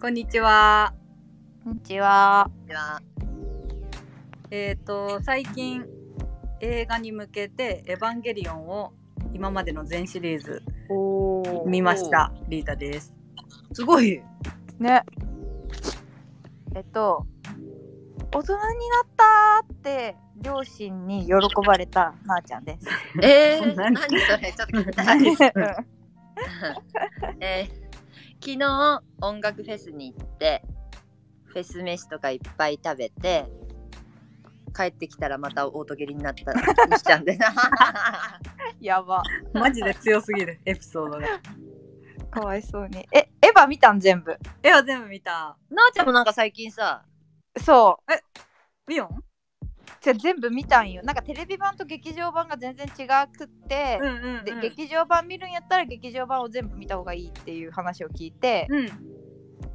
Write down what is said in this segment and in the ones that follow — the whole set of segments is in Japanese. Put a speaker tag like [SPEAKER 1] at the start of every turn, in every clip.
[SPEAKER 1] こんにちは。
[SPEAKER 2] こんにちは。
[SPEAKER 1] えっ、と最近映画に向けてエヴァンゲリオンを今までの全シリーズ
[SPEAKER 2] お
[SPEAKER 1] 見ました。リータです。
[SPEAKER 3] すごい。
[SPEAKER 2] ね。えっと、大人になったーって両親に喜ばれたまーちゃんです。
[SPEAKER 3] えー、
[SPEAKER 1] 何
[SPEAKER 3] 何それちょっ と聞きたい。えー昨日音楽フェスに行ってフェス飯とかいっぱい食べて帰ってきたらまたオートゲリになったりしちゃうんで な。
[SPEAKER 2] やば。
[SPEAKER 1] マジで強すぎるエピソードが。
[SPEAKER 2] かわいそうに。え、エヴァ見たん全部。
[SPEAKER 1] 絵は全部見た。
[SPEAKER 3] なおちゃんもなんか最近さ
[SPEAKER 2] そ
[SPEAKER 1] ミオン？
[SPEAKER 2] う。じゃあ全部見たんよ。なんかテレビ版と劇場版が全然違くって、
[SPEAKER 1] うんうん、うん。
[SPEAKER 2] で劇場版見るんやったら劇場版を全部見た方がいいっていう話を聞いて、
[SPEAKER 1] うん。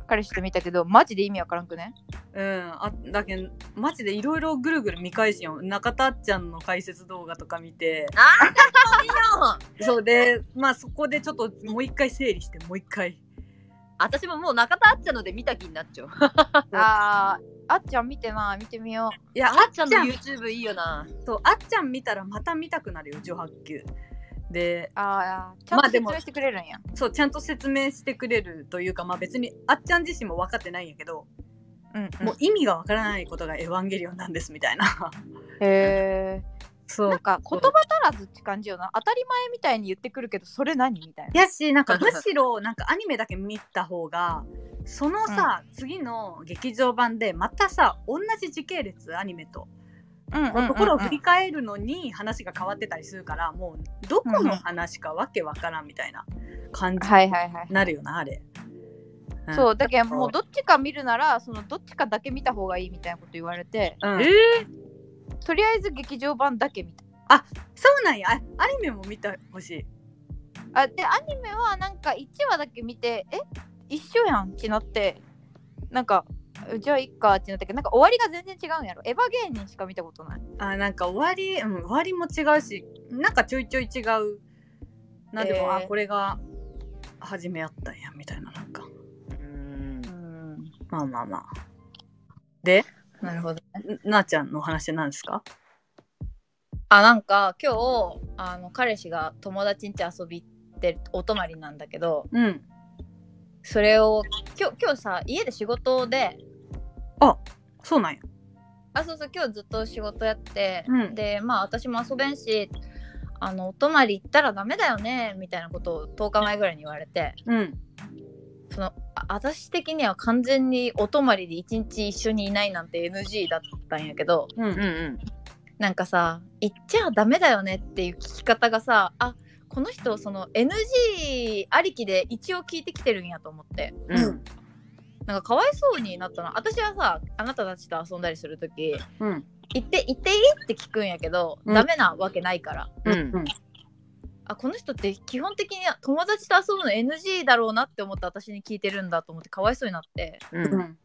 [SPEAKER 2] 彼氏と見たけどマジで意味わからんくね
[SPEAKER 1] うん、あだけんマジでいろいろぐるぐる見返しよ中田あっちゃんの解説動画とか見てそうでまあそこでちょっともう一回整理してもう一回
[SPEAKER 3] 私ももう中田あっちゃんので見た気になっちゃう。
[SPEAKER 2] あーあっちゃん見てない見てみよ
[SPEAKER 1] いや
[SPEAKER 3] あっちゃんの YouTube いいよな。
[SPEAKER 1] そうあっちゃん見たらまた見たくなるよ上白球で
[SPEAKER 2] うあーちゃん
[SPEAKER 1] ま
[SPEAKER 2] と
[SPEAKER 1] あで
[SPEAKER 2] 説
[SPEAKER 1] も
[SPEAKER 2] 明してくれるんや、
[SPEAKER 1] そうちゃんと説明してくれるというかまあ別にあっちゃん自身も分かってないんやけど、
[SPEAKER 2] うんうん
[SPEAKER 1] もう意味が分からないことが「エヴァンゲリオン」なんですみた いな
[SPEAKER 2] へえ
[SPEAKER 1] そ
[SPEAKER 2] なん
[SPEAKER 1] う
[SPEAKER 2] か言葉足らずって感じよな当たり前みたいに言ってくるけどそれ何みたいな
[SPEAKER 1] やしなんかむしろなんかアニメだけ見た方がそのさ、次の劇場版でまたさ同じ時系列アニメと
[SPEAKER 2] うんうんうんうん
[SPEAKER 1] ところを振り返るのに話が変わってたりするからもうどこの話かわけわからんみたいな感じ
[SPEAKER 2] はいはいはい
[SPEAKER 1] になるよなあれ。うん
[SPEAKER 2] そうだけどもうどっちか見るならそのどっちかだけ見た方がいいみたいなこと言われて、
[SPEAKER 1] うん
[SPEAKER 2] とりあえず劇場版だけ見た
[SPEAKER 1] そうなんやあアニメも見てほしい。
[SPEAKER 2] あでアニメはなんか1話だけ見てえ一緒やんってなってなんかじゃあいっかってなったけどなんか終わりが全然違うんやろエヴァ芸人しか見たことない
[SPEAKER 1] あなんか終わり、うん、終わりも違うしなんかちょいちょい違うなんでも、
[SPEAKER 3] えー
[SPEAKER 1] あこれが始めやったんやみたいななんか
[SPEAKER 3] うん
[SPEAKER 2] うん
[SPEAKER 1] まあまあまあで
[SPEAKER 3] なるほど。
[SPEAKER 1] んなあちゃんのお話なんですか
[SPEAKER 3] あなんか今日あの彼氏が友達ん家遊び行ってお泊まりなんだけど
[SPEAKER 1] うん
[SPEAKER 3] それを今日今日さ家で仕事で
[SPEAKER 1] そうなんや
[SPEAKER 3] あそうそう今日ずっと仕事やって、
[SPEAKER 1] うん
[SPEAKER 3] でまあ私も遊べんしあのお泊まり行ったらダメだよねみたいなことを10日前ぐらいに言われて
[SPEAKER 1] うん
[SPEAKER 3] そのあ私的には完全にお泊まりで一日一緒にいないなんて NG だったんやけど
[SPEAKER 1] うんうん
[SPEAKER 3] なんかさ行っちゃダメだよねっていう聞き方がさあこの人その NG ありきで一応聞いてきてるんやと思って
[SPEAKER 1] うん
[SPEAKER 3] なんかかわいそうになったの私はさあなたたちと遊んだりする時
[SPEAKER 1] うん
[SPEAKER 3] 行って行っていいって聞くんやけど、
[SPEAKER 1] うん
[SPEAKER 3] ダメなわけないから
[SPEAKER 1] うんうん
[SPEAKER 3] あこの人って基本的に友達と遊ぶの NG だろうなって思って私に聞いてるんだと思ってかわいそうになって
[SPEAKER 1] うん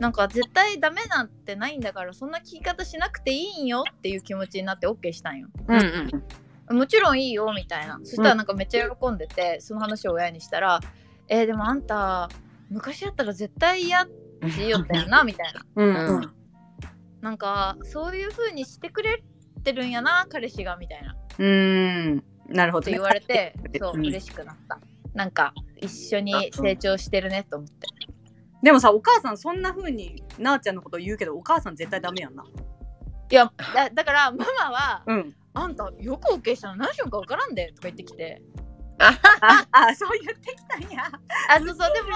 [SPEAKER 3] なんか絶対ダメなんてないんだからそんな聞き方しなくていいんよっていう気持ちになって OK したんよもちろんいいよみたいなそしたらなんかめっちゃ喜んでて、その話を親にしたら「えーでもあんた昔やったら絶対嫌って言いよったよな」みたいな
[SPEAKER 1] うんうん
[SPEAKER 3] なんかそういう風にしてくれてるんやな彼氏がみたいな
[SPEAKER 1] うーんなるほ
[SPEAKER 3] っ
[SPEAKER 1] ど
[SPEAKER 3] て
[SPEAKER 1] ね、
[SPEAKER 3] 言わ れてそう
[SPEAKER 1] うん
[SPEAKER 3] 嬉しくなったなんか一緒に成長してるねと思って
[SPEAKER 1] でもさお母さんそんな風になあちゃんのこと言うけどお母さん絶対ダメやんない
[SPEAKER 3] やだだからママは
[SPEAKER 1] うん
[SPEAKER 3] 「あんたよく OK したの何しようか分からんで」とか言ってきて
[SPEAKER 1] ああそう言ってきたんや
[SPEAKER 3] あそうそうでも、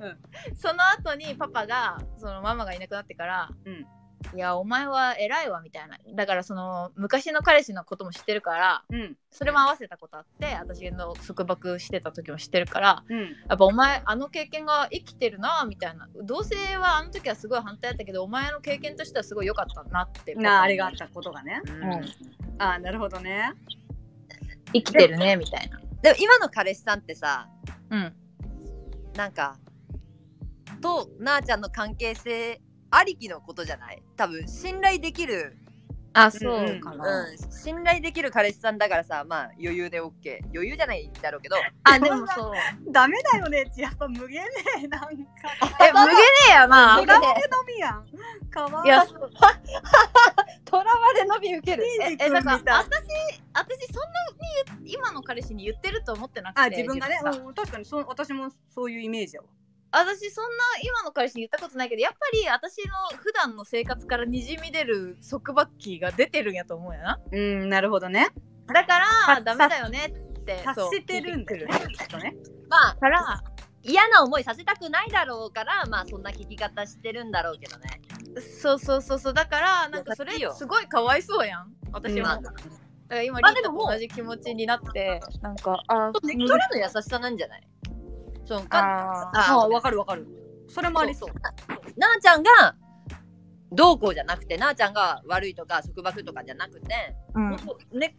[SPEAKER 1] うん
[SPEAKER 3] その後にパパがそのママがいなくなってから「
[SPEAKER 1] うん
[SPEAKER 3] いやお前は偉いわ」みたいなだからその昔の彼氏のことも知ってるから
[SPEAKER 1] うん
[SPEAKER 3] それも合わせたことあって私の束縛してた時も知ってるから
[SPEAKER 1] うん
[SPEAKER 3] やっぱお前あの経験が生きてるなみたいな同性はあの時はすごい反対だったけどお前の経験としてはすごい良かったなって
[SPEAKER 1] なああれがあったことがね
[SPEAKER 3] うん
[SPEAKER 1] あなるほどね
[SPEAKER 3] 生きてるねみたいな
[SPEAKER 4] でも今の彼氏さんってさ
[SPEAKER 3] うん
[SPEAKER 4] なんかとなあちゃんの関係性ありきのことじゃない多分信頼できる
[SPEAKER 5] あそうかな、
[SPEAKER 4] うん、信頼できる彼氏さんだからさまあ余裕で OK 余裕じゃないだろうけど
[SPEAKER 5] あでもそう
[SPEAKER 1] ダメだよねちやっぱ無限ねなんか
[SPEAKER 5] え無限ねえやな
[SPEAKER 1] 無限で飲みやんかわ
[SPEAKER 5] いやそう
[SPEAKER 3] とらわれ伸び受ける。
[SPEAKER 1] いい
[SPEAKER 5] えなんか
[SPEAKER 1] みたい
[SPEAKER 5] 私私そんなに今の彼氏に言ってると思ってなくて
[SPEAKER 1] あ自分がね
[SPEAKER 5] 自分
[SPEAKER 1] うん確かにそう私もそういうイメージやわ
[SPEAKER 5] 私そんな今の彼氏に言ったことないけどやっぱり私の普段の生活からにじみ出る束縛期が出てるんやと思うやな
[SPEAKER 1] うんなるほどね
[SPEAKER 5] だか
[SPEAKER 1] さ
[SPEAKER 5] らダメだよねって
[SPEAKER 1] 達
[SPEAKER 5] そう
[SPEAKER 1] してるんだよねきっとね
[SPEAKER 4] まあ
[SPEAKER 5] から
[SPEAKER 4] 嫌な思いさせたくないだろうからまあそんな聞き方してるんだろうけどね
[SPEAKER 5] そうそうそうそうだからなんかそれ
[SPEAKER 4] 優しいよ
[SPEAKER 5] すごいかわいそうやん私
[SPEAKER 1] うん
[SPEAKER 5] は、
[SPEAKER 4] まあ
[SPEAKER 5] だから今
[SPEAKER 4] まあ
[SPEAKER 5] リータ
[SPEAKER 4] でもも
[SPEAKER 5] と
[SPEAKER 4] う
[SPEAKER 5] 同じ気持ちになって
[SPEAKER 3] なんか、あ、
[SPEAKER 4] それの優しさなんじゃないそのか
[SPEAKER 3] あ
[SPEAKER 1] あ
[SPEAKER 4] あ
[SPEAKER 1] わかるわかるそれもありそう
[SPEAKER 4] なあちゃんがどうこうじゃなくてなあちゃんが悪いとか束縛とかじゃなくて、
[SPEAKER 3] ーうん。
[SPEAKER 4] ほんとね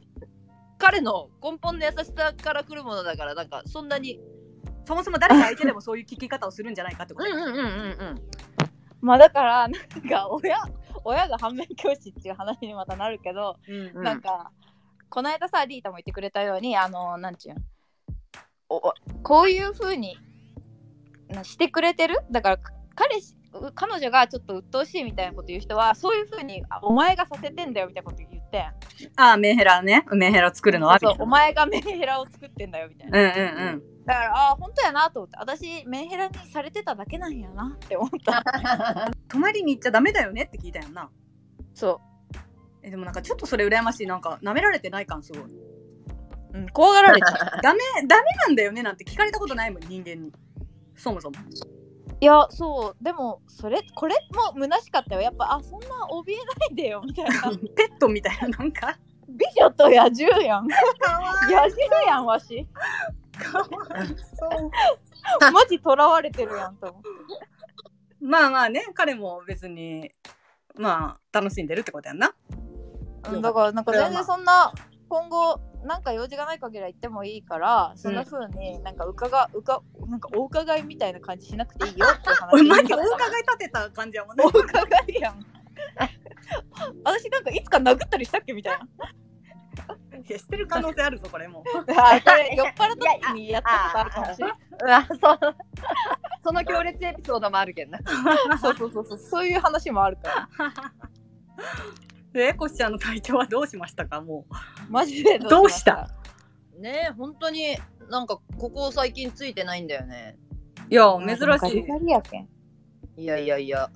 [SPEAKER 4] 彼の根本の優しさから来るものだからなんかそんなに
[SPEAKER 1] そもそも誰が相手でもそういう聞き方をするんじゃないかってこと
[SPEAKER 4] うんうん
[SPEAKER 3] まあだから、 なんか親、親が反面教師っていう話にまたなるけど、
[SPEAKER 1] うん
[SPEAKER 4] うん
[SPEAKER 3] なんか、この間さ、リータも言ってくれたように、あの、なんちゅうんおおこういう風になしてくれてるだから、彼氏、う彼女がちょっと鬱陶しいみたいなこと言う人は、そういう風に、あお前がさせてんだよみたいなこと言ってん。
[SPEAKER 1] あメンヘラねメンヘラ作るのは
[SPEAKER 3] そうそうお前がメンヘラを作ってんだよみたいな。
[SPEAKER 1] うんうん
[SPEAKER 3] だからああ本当やなと思って私メンヘラにされてただけなんやなって思った
[SPEAKER 1] うん泊まりに行っちゃダメだよねって聞いたよな
[SPEAKER 3] そ、
[SPEAKER 1] えでもなんかちょっとそれ羨ましいなんか舐められてない感すごいう
[SPEAKER 3] うん、怖がられちゃう
[SPEAKER 1] ダメダメなんだよねなんて聞かれたことないもん人間にそもそ も
[SPEAKER 3] いやそうでもそれこれも虚しかったよやっぱあそんな怯えないでよみたいな
[SPEAKER 1] ペットみたいななんか
[SPEAKER 3] 美女と野獣 やん
[SPEAKER 1] かわ
[SPEAKER 3] 野獣やんわし
[SPEAKER 1] いそう
[SPEAKER 3] マジとらわれてるやんと思う
[SPEAKER 1] まあまあね彼も別にまあ楽しんでるってことやんな
[SPEAKER 3] うんだからなんか全然そんな今後なんか用事がない限りは行ってもいいからそんな風になんか伺うかなんかお伺いみたいな感じしなくていいよっていう話
[SPEAKER 1] 俺マ ジお伺い立てた感じやもんね
[SPEAKER 3] お伺い やん。私なんかいつか殴ったりしたっけみたいな。
[SPEAKER 1] いやしてる可能性あるぞこれも う
[SPEAKER 3] あこれ 酔っ払った時にやったことあるかもしれな。
[SPEAKER 4] うわそうその強烈エピソードもあるけどない
[SPEAKER 3] そうそうそうそうそういう話もあるから。
[SPEAKER 1] えこしちゃんの体調はどうしましたかもう
[SPEAKER 3] マジで
[SPEAKER 1] どうした
[SPEAKER 4] ねえ本当になんかここ最近ついてないんだよね
[SPEAKER 1] いや
[SPEAKER 3] どうした
[SPEAKER 1] 珍しい
[SPEAKER 3] ガリガリやけん
[SPEAKER 4] いやいやいや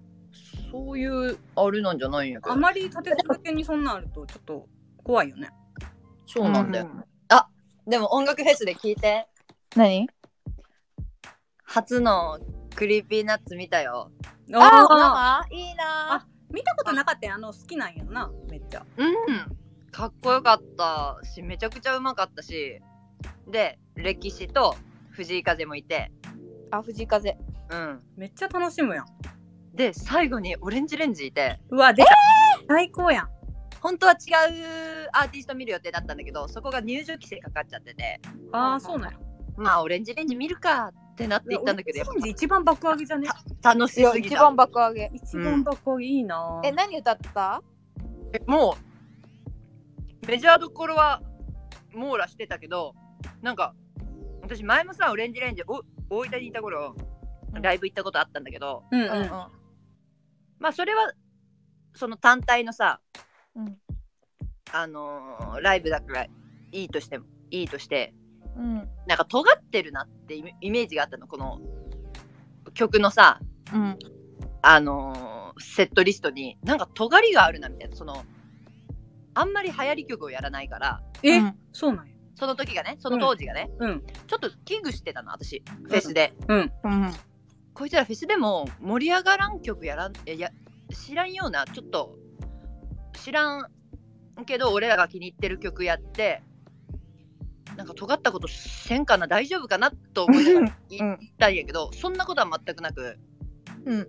[SPEAKER 4] そういうあれなんじゃないんやけど
[SPEAKER 1] あまり立て続けにそんなんあるとちょっと怖いよね
[SPEAKER 4] そうなんだよ、
[SPEAKER 3] うん
[SPEAKER 4] でも音楽フェスで聞いて
[SPEAKER 3] 何？
[SPEAKER 4] 初のクリーピーナッツ見たよ
[SPEAKER 1] ああ
[SPEAKER 3] あ生いいな。
[SPEAKER 1] 見たことなかったよあの好きなんやんなめっちゃ
[SPEAKER 4] うんかっこよかったしめちゃくちゃうまかったしで歴史と藤井風もいて
[SPEAKER 3] あ藤井風。
[SPEAKER 4] うん
[SPEAKER 1] めっちゃ楽しむやん
[SPEAKER 4] で最後にオレンジレンジいて
[SPEAKER 1] うわ出た、最高やん
[SPEAKER 4] 本当は違うアーティスト見る予定だったんだけどそこが入場規制かかっちゃってて
[SPEAKER 1] ああそうなんや
[SPEAKER 4] まあオレンジレンジ見るかってなっていったんだけどやっ
[SPEAKER 1] オレンジ一番爆上げじゃね
[SPEAKER 4] ぱ楽
[SPEAKER 3] い
[SPEAKER 4] し
[SPEAKER 3] や
[SPEAKER 4] すぎ
[SPEAKER 3] 一
[SPEAKER 4] た
[SPEAKER 3] 番爆上げ。
[SPEAKER 1] 一番爆上げいいな
[SPEAKER 3] え何歌った？
[SPEAKER 4] もうメジャーどころは網羅してたけどなんか私前もさオレンジレンジお大分にいた頃
[SPEAKER 3] うん
[SPEAKER 4] ライブ行ったことあったんだけど、
[SPEAKER 1] うんう、
[SPEAKER 3] うんん
[SPEAKER 4] まあそれはその単体のさ、
[SPEAKER 3] うん
[SPEAKER 4] あのーライブだからいいとしてもいいとして
[SPEAKER 3] うん
[SPEAKER 4] なんか尖ってるなってイメイメージがあったのこの曲のさ
[SPEAKER 3] うん。
[SPEAKER 4] あのーセットリストになんか尖りがあるなみたいなそのあんまり流行り曲をやらないから
[SPEAKER 1] え、
[SPEAKER 3] うん
[SPEAKER 1] そうなんや
[SPEAKER 4] その時がねその当時がね、
[SPEAKER 1] うん
[SPEAKER 4] ちょっと危惧してたの私フェスで、
[SPEAKER 1] うん
[SPEAKER 3] うん
[SPEAKER 4] こいつらフェスでも盛り上がらん曲やらんえや知らんようなちょっと知らんけど俺らが気に入ってる曲やってなんか尖ったことせんかな大丈夫かなと思いながら
[SPEAKER 3] う
[SPEAKER 4] 言っ
[SPEAKER 3] ん
[SPEAKER 4] たんやけど、そんなことは全くなく、
[SPEAKER 3] うん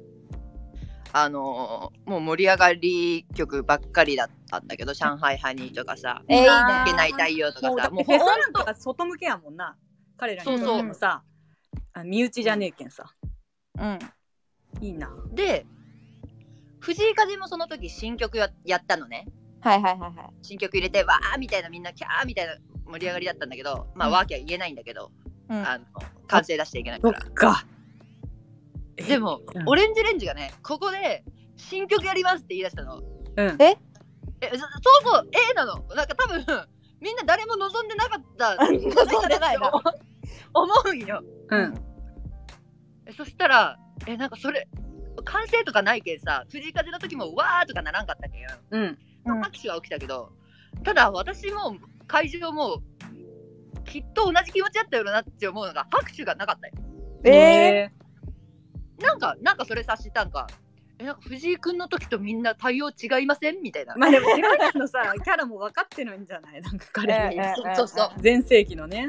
[SPEAKER 4] あのーもう盛り上がり曲ばっかりだったんだけど「上海ハニー」とかさ
[SPEAKER 3] えーいい
[SPEAKER 4] 「
[SPEAKER 3] ね
[SPEAKER 4] いけない太陽」とか
[SPEAKER 1] もうだっ
[SPEAKER 4] さ
[SPEAKER 1] て
[SPEAKER 4] もう
[SPEAKER 1] フ
[SPEAKER 4] ほ
[SPEAKER 1] ェ
[SPEAKER 4] ん
[SPEAKER 1] スなんとか外向けやもんな彼らにとってもさあ身内じゃねえけんさ
[SPEAKER 3] うん
[SPEAKER 1] いいな
[SPEAKER 4] で藤井風もその時新曲ややったのね
[SPEAKER 3] はいはいはいはい。
[SPEAKER 4] 新曲入れてわーみたいなみんなキャーみたいな盛り上がりだったんだけどまあ、
[SPEAKER 3] うん
[SPEAKER 4] わーきゃ言えないんだけど、
[SPEAKER 3] うん
[SPEAKER 4] あの完成出していけない
[SPEAKER 1] そ
[SPEAKER 4] か
[SPEAKER 1] っ
[SPEAKER 4] ら
[SPEAKER 1] か。
[SPEAKER 4] でも、
[SPEAKER 1] うん
[SPEAKER 4] オレンジレンジがねここで新曲やりますって言い出したの
[SPEAKER 1] うん。
[SPEAKER 4] えそそうそうええなのなんか多分みんな誰も望んでな かった望ん
[SPEAKER 3] でないな
[SPEAKER 4] 思うんよ
[SPEAKER 1] うん。
[SPEAKER 4] え そしたらえなんかそれ完成とかないけんさ藤井風の時もわーとかならんかったけん
[SPEAKER 1] うん。
[SPEAKER 3] うん
[SPEAKER 4] 拍手は起きたけど、ただ私も会場もきっと同じ気持ちだったよなって思うのが拍手がなかったよ
[SPEAKER 3] ええ
[SPEAKER 4] なんかなんかそれ察したんかえなんか藤井君の時とみんな対応違いませんみたいな、
[SPEAKER 1] まあでも、今のさ、キャラも分かってるんじゃないなんか彼
[SPEAKER 3] ええ
[SPEAKER 1] ら。
[SPEAKER 4] そうそうそう
[SPEAKER 1] 前世紀のね。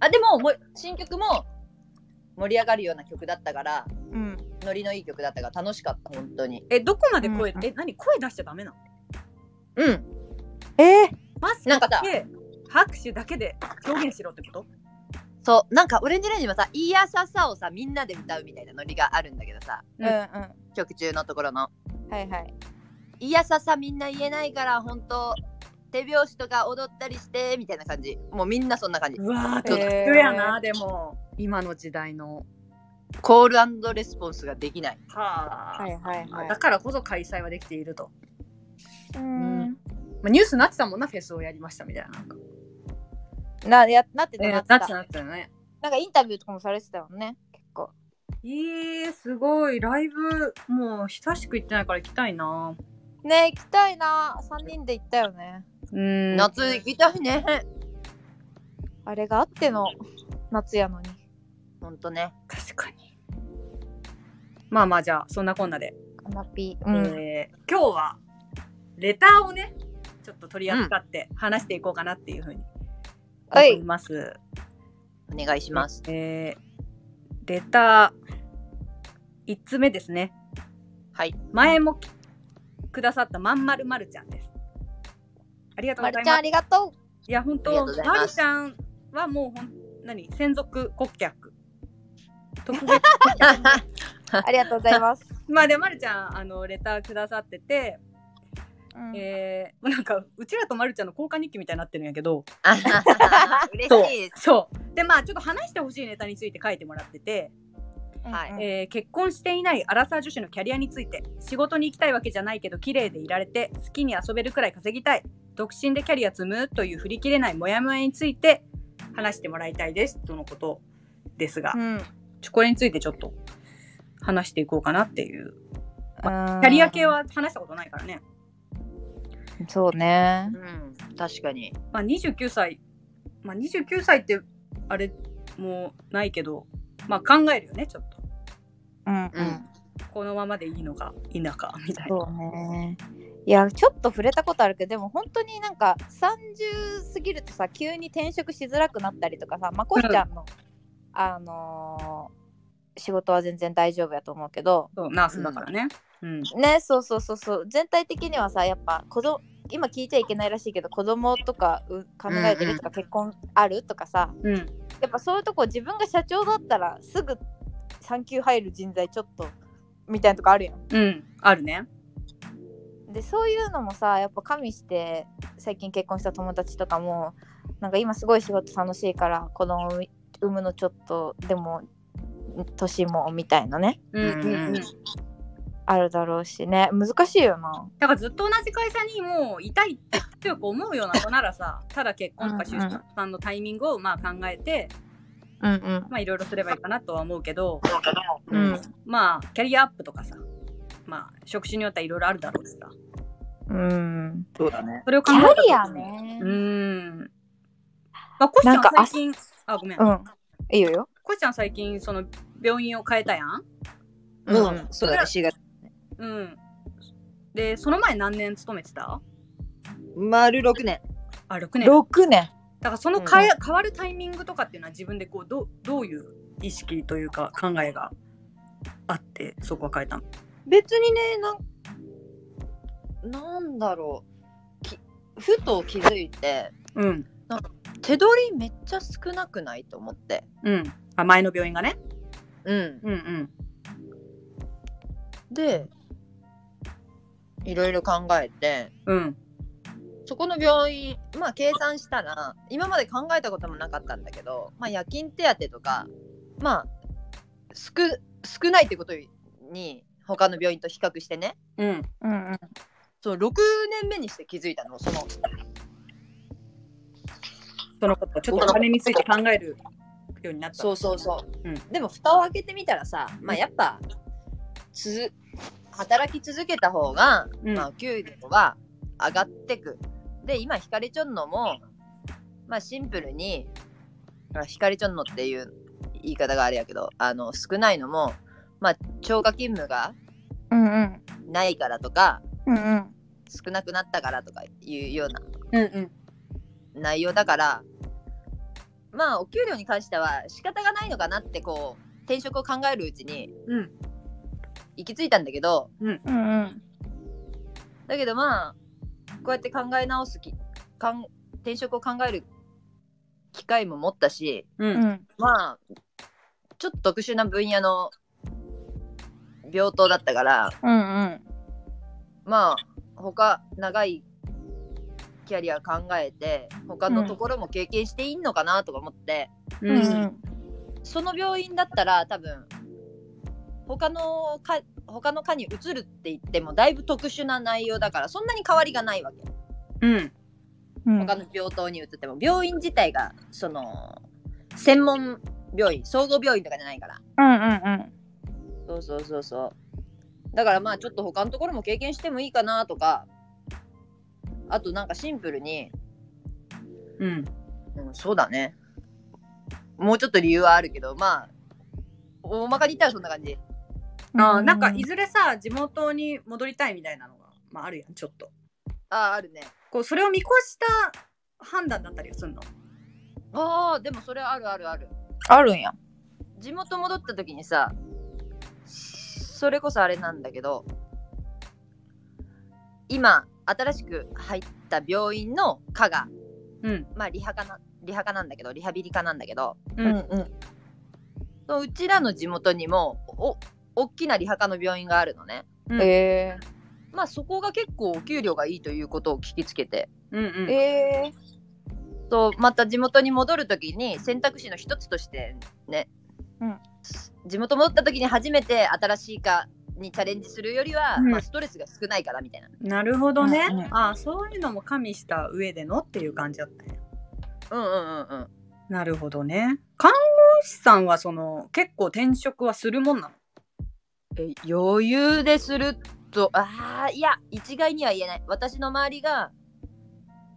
[SPEAKER 4] あでももう新曲も盛り上がるような曲だったから
[SPEAKER 3] うん。
[SPEAKER 4] ノリのいい曲だったから楽しかった本当に
[SPEAKER 1] え、どこまで声、
[SPEAKER 3] うん
[SPEAKER 1] え、何声出しちゃダメなの
[SPEAKER 4] うん
[SPEAKER 3] ええ
[SPEAKER 1] マスク
[SPEAKER 4] なんかさ
[SPEAKER 1] で拍手だけで表現しろってこと
[SPEAKER 4] そうなんかオレンジレンジもさ「いやささ」をさみんなで歌うみたいなノリがあるんだけどさ
[SPEAKER 3] うんうん。
[SPEAKER 4] 曲中のところの
[SPEAKER 3] はいはい。
[SPEAKER 4] いやささみんな言えないから本当手拍子とか踊ったりしてみたいな感じもうみんなそんな感じ
[SPEAKER 1] うわー、
[SPEAKER 3] え
[SPEAKER 1] 特
[SPEAKER 3] え
[SPEAKER 1] 殊やな、でも。今の時代の。
[SPEAKER 4] コールレスポンスができない
[SPEAKER 1] はあ
[SPEAKER 3] はいはいはい
[SPEAKER 1] だからこそ開催はできていると。
[SPEAKER 3] うん。
[SPEAKER 1] まあ、ニュースになってたもんな、フェスをやりましたみたいな。なんか
[SPEAKER 3] な、や、なってた
[SPEAKER 1] え
[SPEAKER 3] な
[SPEAKER 1] な
[SPEAKER 3] っ
[SPEAKER 1] ってて
[SPEAKER 3] た。
[SPEAKER 1] たなってたね。
[SPEAKER 3] なんかインタビューとかもされてたもんね。結構。
[SPEAKER 1] ええすごい。ライブ、もう久しく行ってないから行きたいな。
[SPEAKER 3] ね行きたいな。三人で行ったよね。
[SPEAKER 1] うん
[SPEAKER 4] 夏行きたいね
[SPEAKER 3] あれがあっての夏やのに。
[SPEAKER 4] ほんとね
[SPEAKER 1] 確かに。まあまあ、じゃあ、そんなこんなで。
[SPEAKER 3] カナピー。うん。
[SPEAKER 1] えー今日は、レターをね、ちょっと取り扱って話していこうかなっていうふうに
[SPEAKER 3] は
[SPEAKER 1] 思
[SPEAKER 3] い
[SPEAKER 1] います。
[SPEAKER 4] お願いします
[SPEAKER 1] えーレター、1つ目ですね。
[SPEAKER 4] はい
[SPEAKER 1] 前もきくださったまんまるまるちゃんです。ありがとう
[SPEAKER 3] ま
[SPEAKER 1] ござ
[SPEAKER 3] る
[SPEAKER 1] い
[SPEAKER 3] ちゃん
[SPEAKER 1] ま
[SPEAKER 3] あ
[SPEAKER 1] す。
[SPEAKER 3] りがと
[SPEAKER 1] いや、本
[SPEAKER 4] ありが
[SPEAKER 1] 当
[SPEAKER 4] とうございま
[SPEAKER 1] まするちゃんはもうほん、何、専属顧客。特別
[SPEAKER 3] う。ありがとうございます。
[SPEAKER 1] まあでもまるちゃんあのレターくださってて、
[SPEAKER 3] う ん
[SPEAKER 1] えー、もうなんかうちらとまるちゃんの交換日記みたいになってるんやけど
[SPEAKER 4] あははは嬉しいです
[SPEAKER 1] そうでまあちょっと話してほしいネタについて書いてもらってて、
[SPEAKER 4] はい
[SPEAKER 3] うん
[SPEAKER 1] えー結婚していないアラサー女子のキャリアについて仕事に行きたいわけじゃないけど綺麗でいられて好きに遊べるくらい稼ぎたい独身でキャリア積むという振り切れないモヤモヤについて話してもらいたいですとのことですが、
[SPEAKER 3] うん。
[SPEAKER 1] ちょこれについてちょっと話していこうかなっていう
[SPEAKER 3] キ
[SPEAKER 1] キャリア系は話したことないからね。
[SPEAKER 3] そうね
[SPEAKER 4] うん確かに
[SPEAKER 1] まあ、29歳、まあ、29歳ってあれもうないけど、まあ、考えるよねちょっと
[SPEAKER 3] うんう
[SPEAKER 4] うんん
[SPEAKER 1] このままでいいのか否かみたいな
[SPEAKER 3] そうねいやちょっと触れたことあるけどでも本当になんか30過ぎるとさ急に転職しづらくなったりとかさまあこいちゃんの、あのー仕事は全然大丈夫やと思うけど
[SPEAKER 1] そうナースだからねうん、
[SPEAKER 3] ねそうそうそうそう全体的にはさやっぱ子供今聞いちゃいけないらしいけど子供とかう考えてるとか結婚あるとかさ
[SPEAKER 1] うん
[SPEAKER 3] やっぱそういうとこ自分が社長だったらすぐ産休入る人材ちょっとみたいなとこあるやん。
[SPEAKER 1] うんあるね
[SPEAKER 3] でそういうのもさやっぱ加味して最近結婚した友達とかもなんか今すごい仕事楽しいから子供産むのちょっとでも年もみたいなね
[SPEAKER 1] うんうんうん
[SPEAKER 4] うん
[SPEAKER 1] だ
[SPEAKER 3] あるだろうしね難しいよな
[SPEAKER 1] からずっと同じ会社にもういたいって強く思うような子ならさただ結婚とか出産のタイミングをまあ考えて
[SPEAKER 3] うんうん
[SPEAKER 1] まあいろいろすればいいかなとは思うけど
[SPEAKER 3] うん
[SPEAKER 1] まあキャリアアップとかさまあ職種によってはいろいろあるだろうしさ
[SPEAKER 3] うん
[SPEAKER 4] そうだね
[SPEAKER 1] それを
[SPEAKER 3] キ
[SPEAKER 1] 考えた
[SPEAKER 3] ャ
[SPEAKER 1] 時に
[SPEAKER 3] リアね
[SPEAKER 1] うーん。まあ、コシちゃ
[SPEAKER 3] なん
[SPEAKER 1] ん
[SPEAKER 3] か
[SPEAKER 1] 最
[SPEAKER 3] あ
[SPEAKER 1] 近、あ、ごめん。
[SPEAKER 3] う
[SPEAKER 1] コ
[SPEAKER 3] んいいよよ
[SPEAKER 1] シちゃん最近、その、病院を変えたやん。
[SPEAKER 4] うん、
[SPEAKER 3] うん
[SPEAKER 4] そうだね4月
[SPEAKER 1] うん。で、その前何年勤めてた
[SPEAKER 4] 丸6年
[SPEAKER 1] あ、6年。だ
[SPEAKER 3] 6年
[SPEAKER 1] からその変え、変わるタイミングとかっていうのは自分でこう、どうどういう意識というか考えがあって、そこは変えたの。
[SPEAKER 4] 別にねなんなんだろうきふと気づいて
[SPEAKER 1] うん。
[SPEAKER 4] 手取りめっちゃ少なくないと思って
[SPEAKER 1] うん。あ前の病院がね。
[SPEAKER 4] うん
[SPEAKER 1] うんうん。
[SPEAKER 4] でいろいろ考えて
[SPEAKER 1] うん
[SPEAKER 4] そこの病院まあ計算したら今まで考えたこともなかったんだけど、まあ、夜勤手当とかまあ少少ないってことに他の病院と比較してね
[SPEAKER 1] うん
[SPEAKER 3] うんうん
[SPEAKER 4] そう6年目にして気づいたのその
[SPEAKER 1] そのことちょっとお金について考えるようになった
[SPEAKER 4] そうそうそう、
[SPEAKER 1] うん
[SPEAKER 4] でも蓋を開けてみたらさまあやっぱつ働き続けた方が、
[SPEAKER 1] うん
[SPEAKER 4] まあ、給料は上がってくで今ひかりちょんのもまあシンプルにまあひかりちょんのっていう言い方があれやけどあの少ないのもまあ超過勤務が
[SPEAKER 3] うんうん
[SPEAKER 4] ないからとか
[SPEAKER 3] うんうん
[SPEAKER 4] 少なくなったからとかいうような
[SPEAKER 1] うんうん
[SPEAKER 4] 内容だからまあお給料に関しては仕方がないのかなってこう転職を考えるうちに
[SPEAKER 1] うん
[SPEAKER 4] 行き着いたんだけど
[SPEAKER 3] うんうん
[SPEAKER 4] だけどまあこうやって考え直すきかん転職を考える機会も持ったし
[SPEAKER 1] う
[SPEAKER 3] うんん
[SPEAKER 4] まあちょっと特殊な分野の病棟だったから
[SPEAKER 3] うん
[SPEAKER 4] まあ他長いキャリア考えて他のところも経験していいのかなとか思って、
[SPEAKER 1] う
[SPEAKER 3] うんん
[SPEAKER 1] うん
[SPEAKER 4] その病院だったら多分他の科他の科に移るって言ってもだいぶ特殊な内容だからそんなに変わりがないわけ
[SPEAKER 1] うん
[SPEAKER 3] うん
[SPEAKER 4] 他の病棟に移っても病院自体がその専門病院総合病院とかじゃないから
[SPEAKER 3] うんうん
[SPEAKER 4] そうそうそうそうだからまあちょっと他のところも経験してもいいかなとかあとなんかシンプルに、
[SPEAKER 1] うん
[SPEAKER 4] うん、そうだねもうちょっと理由はあるけどまあ大まかに言ったらそんな感じ
[SPEAKER 3] うん
[SPEAKER 1] あーなんかいずれさ地元に戻りたいみたいなのが、まあ、あるやんちょっと
[SPEAKER 4] あああるね
[SPEAKER 1] こうそれを見越した判断だったりはするの
[SPEAKER 4] ああでもそれあるあるある
[SPEAKER 3] あるんや
[SPEAKER 4] 地元戻った時にさそれこそあれなんだけど今新しく入った病院の科が
[SPEAKER 1] うん
[SPEAKER 4] まあリハ科なリハ科なんだけどリハビリ科なんだけど
[SPEAKER 1] う
[SPEAKER 4] うんうんうちらの地元にもお大きなリハ科の病院があるのね
[SPEAKER 1] うん
[SPEAKER 3] え
[SPEAKER 4] まあそこが結構お給料がいいということを聞きつけて
[SPEAKER 1] うんう
[SPEAKER 3] ー、
[SPEAKER 1] ん
[SPEAKER 3] え
[SPEAKER 4] とまた地元に戻る時に選択肢の一つとしてね、
[SPEAKER 3] うん
[SPEAKER 4] 地元戻った時に初めて新しい科にチャレンジするよりは、
[SPEAKER 1] うん
[SPEAKER 4] まあ、ストレスが少ないからみたいな
[SPEAKER 1] なるほどね、
[SPEAKER 3] うんうん
[SPEAKER 1] ああそういうのも加味した上でのっていう感じだったんや
[SPEAKER 4] うんうんうんうん
[SPEAKER 1] なるほどね看護師さんはその結構転職はするもんなの
[SPEAKER 4] え余裕でするとああいや一概には言えない私の周りが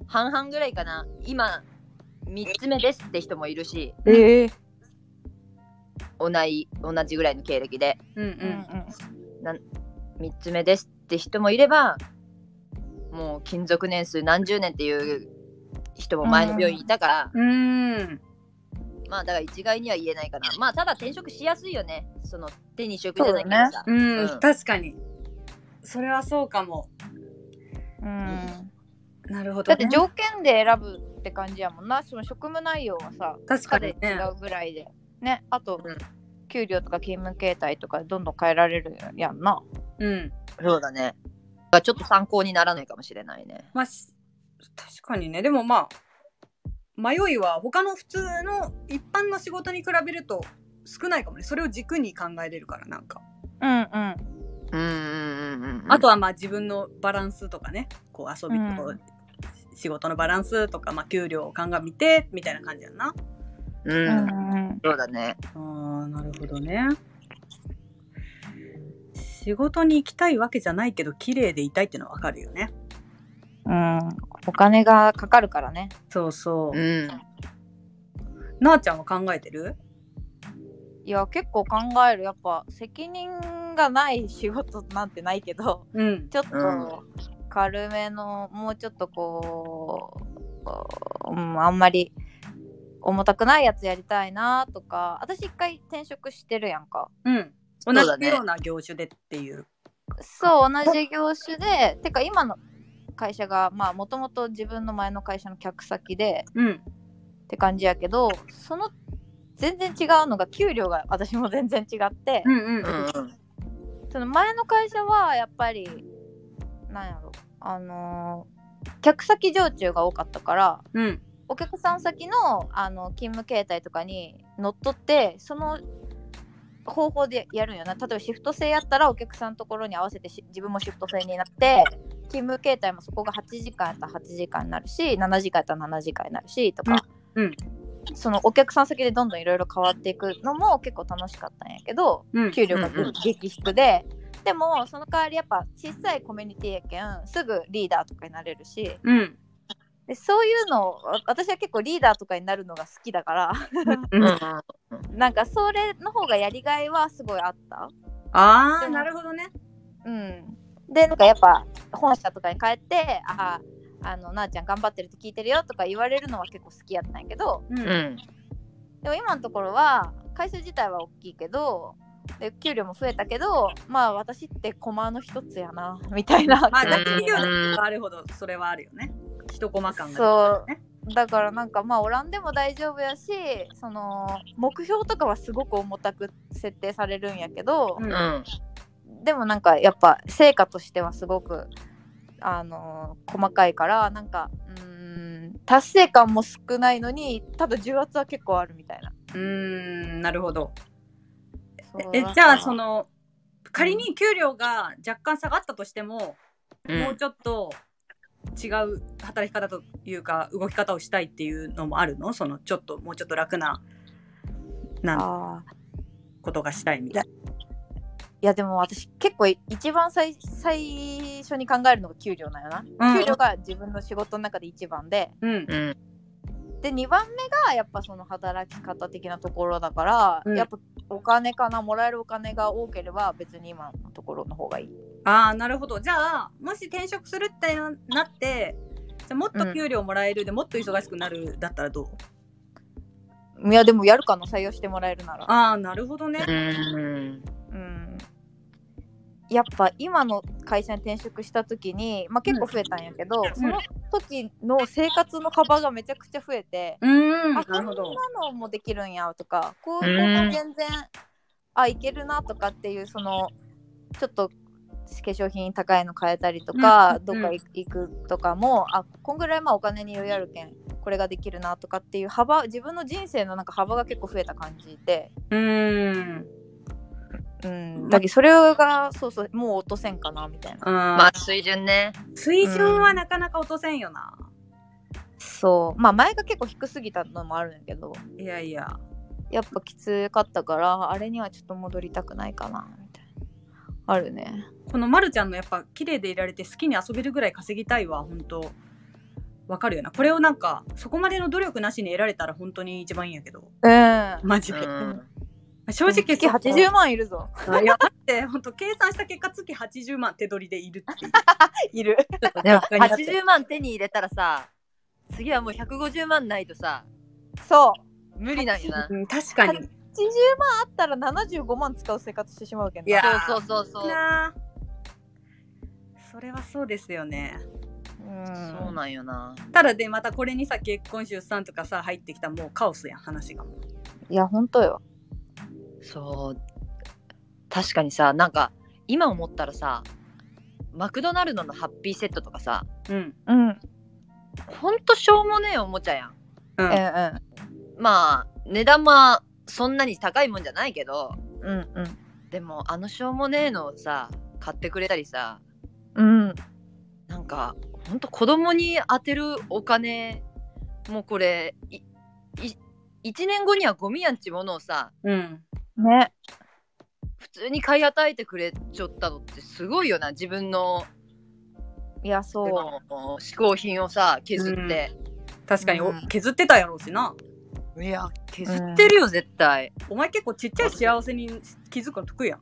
[SPEAKER 4] 半々ぐらいかな今3つ目ですって人もいるし
[SPEAKER 3] ー、えー、
[SPEAKER 4] 同い同じぐらいの経歴で
[SPEAKER 1] うんう
[SPEAKER 3] うん
[SPEAKER 1] ん
[SPEAKER 4] 3つ目ですって人もいればもう勤続年数何十年っていう人も前の病院いたから、
[SPEAKER 1] うんうん
[SPEAKER 4] まあだから一概には言えないかなまあただ転職しやすいよねその手に職じゃないからさ、
[SPEAKER 1] うん、
[SPEAKER 4] うん
[SPEAKER 1] 確かにそれはそうかも
[SPEAKER 3] うんうん
[SPEAKER 1] なるほど、
[SPEAKER 3] だって
[SPEAKER 1] ね、
[SPEAKER 3] 条件で選ぶって感じやもんなその職務内容はさ
[SPEAKER 1] 確か
[SPEAKER 3] 課
[SPEAKER 1] に
[SPEAKER 3] で
[SPEAKER 1] ね
[SPEAKER 3] 違うぐらいでねあと、
[SPEAKER 4] うん
[SPEAKER 3] 給料とか勤務形態とかどんどん変えられるやんな
[SPEAKER 1] うん
[SPEAKER 4] そうだねだからちょっと参考にならないかもしれないね
[SPEAKER 1] まあし確かにねでもまあ迷いは他の普通の一般の仕事に比べると少ないかもねそれを軸に考えれるからなんか、
[SPEAKER 3] うんうん
[SPEAKER 4] うんうんうん
[SPEAKER 1] あとはまあ自分のバランスとかねこう遊びと、
[SPEAKER 3] うん
[SPEAKER 1] 仕事のバランスとか、まあ、給料を鑑みてみたいな感じやんな
[SPEAKER 4] う、
[SPEAKER 3] うんん
[SPEAKER 4] そうだね
[SPEAKER 1] あーなるほどね仕事に行きたいわけじゃないけど綺麗でいたいっていうのはわかるよね
[SPEAKER 3] うんお金がかかるからね
[SPEAKER 1] そうそう、
[SPEAKER 4] ん
[SPEAKER 1] なあちゃんは考えてる
[SPEAKER 3] いや結構考えるやっぱ責任がない仕事なんてないけど
[SPEAKER 1] うん
[SPEAKER 3] ちょっと
[SPEAKER 4] う
[SPEAKER 3] 軽めの、もうちょっとこう、うん、あんまり重たくないやつやりたいなとか私一回転職してるやんか
[SPEAKER 1] うん同
[SPEAKER 4] うだね
[SPEAKER 1] じような業種でっていう
[SPEAKER 3] そう同じ業種でてか今の会社がまあもともと自分の前の会社の客先で
[SPEAKER 1] うん
[SPEAKER 3] って感じやけどその全然違うのが給料が私も全然違って、
[SPEAKER 1] うんうん
[SPEAKER 4] うん
[SPEAKER 3] その前の会社はやっぱりなんやろあのー客先常駐が多かったから
[SPEAKER 1] うん
[SPEAKER 3] お客さん先のあの勤務形態とかにのっとってその方法でやるんよな例えばシフト制やったらお客さんのところに合わせてし自分もシフト制になって勤務形態もそこが8時間やったら8時間になるし7時間やったら7時間になるしとか、
[SPEAKER 1] うんうん
[SPEAKER 3] そのお客さん先でどんどんいろいろ変わっていくのも結構楽しかったんやけど
[SPEAKER 1] うん
[SPEAKER 3] 給料が
[SPEAKER 1] うんうん
[SPEAKER 3] 激低で、でもその代わりやっぱ小さいコミュニティやけんすぐリーダーとかになれるし。
[SPEAKER 1] うん
[SPEAKER 3] でそういうのをわ私は結構リーダーとかになるのが好きだから
[SPEAKER 1] うんあ
[SPEAKER 3] なんかそれの方がやりがいはすごいあった。
[SPEAKER 1] あーなるほどね
[SPEAKER 3] うん、でなんかやっぱ本社とかに帰って「あーあのなあちゃん頑張ってるって聞いてるよ」とか言われるのは結構好きやったんやけど
[SPEAKER 1] うん
[SPEAKER 4] うん
[SPEAKER 3] でも今のところは会社自体は大きいけどで給料も増えたけどまあ私って駒の一つやなみたいな
[SPEAKER 1] まあ
[SPEAKER 4] だ
[SPEAKER 1] 大
[SPEAKER 4] って
[SPEAKER 1] 企業
[SPEAKER 4] う
[SPEAKER 1] だ
[SPEAKER 4] ん
[SPEAKER 1] とあるほどそれはあるよね一コマ感が
[SPEAKER 3] そう
[SPEAKER 1] ね
[SPEAKER 3] だからなんかまあおらんでも大丈夫やしその目標とかはすごく重たく設定されるんやけど、
[SPEAKER 1] うん
[SPEAKER 4] うん
[SPEAKER 3] でもなんかやっぱ成果としてはすごくあのー細かいからなんかうーん達成感も少ないのにただ重圧は結構あるみたいな。
[SPEAKER 1] うーんなるほど
[SPEAKER 3] そう
[SPEAKER 1] え
[SPEAKER 3] だから
[SPEAKER 1] じゃあその仮に給料が若干下がったとしても、
[SPEAKER 4] うん
[SPEAKER 1] もうちょっと違う働き方というか動き方をしたいっていうのもあるのそのちょっともうちょっと楽なな
[SPEAKER 3] あー
[SPEAKER 1] ことがしたいみたい
[SPEAKER 3] いやでも私結構い一番最最初に考えるのが給料なんよな、
[SPEAKER 1] な。
[SPEAKER 3] 給料が自分の仕事の中で一番で
[SPEAKER 1] うん
[SPEAKER 4] うん
[SPEAKER 3] で2番目がやっぱその働き方的なところだから、
[SPEAKER 1] うん
[SPEAKER 3] やっぱお金かなもらえるお金が多ければ別に今のところの方がいい。
[SPEAKER 1] ああなるほどじゃあもし転職するってなってじゃあもっと給料もらえるで、もっと忙しくなるだったらどう
[SPEAKER 3] いやでもやるかな採用してもらえるなら。
[SPEAKER 1] ああなるほどね。
[SPEAKER 4] うん
[SPEAKER 3] うんやっぱ今の会社に転職した時に、まあ、結構増えたんやけど、その時の生活の幅がめちゃくちゃ増えて、
[SPEAKER 1] うーん
[SPEAKER 3] あ
[SPEAKER 1] な
[SPEAKER 3] こん
[SPEAKER 1] る
[SPEAKER 3] な
[SPEAKER 1] ほど。
[SPEAKER 3] のもできるんやとかこうこ
[SPEAKER 4] うん
[SPEAKER 3] んな全然あいけるなとかっていうそのちょっと化粧品高いの変えたりとか、
[SPEAKER 1] うん
[SPEAKER 3] どっか行くとかもあこんぐらいまあお金に余裕あるけんこれができるなとかっていう幅自分の人生のなんか幅が結構増えた感じで。
[SPEAKER 1] うーん
[SPEAKER 3] うん、だけどそれがそうそうもう落とせんかなみたいな
[SPEAKER 1] ま
[SPEAKER 4] ま
[SPEAKER 1] あ
[SPEAKER 4] あ水準ね
[SPEAKER 1] 水準はなかなか落とせんよな。
[SPEAKER 3] そうまあ前が結構低すぎたのもあるんやけど
[SPEAKER 1] いやいや。
[SPEAKER 3] やっぱきつかったからあれにはちょっと戻りたくないかなみたいなあるね
[SPEAKER 1] このまるちゃんのやっぱ綺麗でいられて好きに遊べるぐらい稼ぎたいは本当わかるよなこれをなんかそこまでの努力なしに得られたら本当に一番いいんやけど
[SPEAKER 3] うん
[SPEAKER 1] マジ
[SPEAKER 4] う
[SPEAKER 1] で、
[SPEAKER 4] ん
[SPEAKER 1] 正直
[SPEAKER 3] 月80万いるぞ
[SPEAKER 1] いや待って本当計算した結果月80万手取りでいるっていう
[SPEAKER 3] いる
[SPEAKER 1] ちょっと
[SPEAKER 4] でも
[SPEAKER 1] になって
[SPEAKER 4] 80万手に入れたらさ次はもう150万ないとさ
[SPEAKER 3] そう
[SPEAKER 4] 無理なんよな
[SPEAKER 1] うん確かに
[SPEAKER 3] 80万あったら75万使う生活してしまうけど
[SPEAKER 1] いや
[SPEAKER 4] そうそうそうそう
[SPEAKER 1] なそれはそうですよね
[SPEAKER 3] うん
[SPEAKER 4] そうなんよな
[SPEAKER 1] ただでまたこれにさ結婚出産とかさ入ってきたらもうカオスやん話がもう
[SPEAKER 3] いや本当よ
[SPEAKER 4] そう確かにさなんか今思ったらさマクドナルドのハッピーセットとかさ
[SPEAKER 1] うん
[SPEAKER 3] うんうん
[SPEAKER 4] ほんとしょうもねえおもちゃやん
[SPEAKER 1] うん
[SPEAKER 3] うんうん
[SPEAKER 4] まあ値段はそんなに高いもんじゃないけど
[SPEAKER 3] うん
[SPEAKER 4] でもあのしょうもねえのをさ買ってくれたりさ
[SPEAKER 3] うん
[SPEAKER 4] なんかほんと子供に当てるお金もうこれいい1年後にはゴミやんちものをさ
[SPEAKER 1] うん
[SPEAKER 3] ね
[SPEAKER 4] 普通に買い与えてくれちょったのってすごいよな自分の
[SPEAKER 3] いやそう
[SPEAKER 4] の嗜好品をさ削って、
[SPEAKER 1] 確かに、お
[SPEAKER 3] うん
[SPEAKER 1] 削ってたやろうしない
[SPEAKER 4] や削ってるよ、絶 対
[SPEAKER 1] お前結構ちっちゃい幸せに気づくの得意や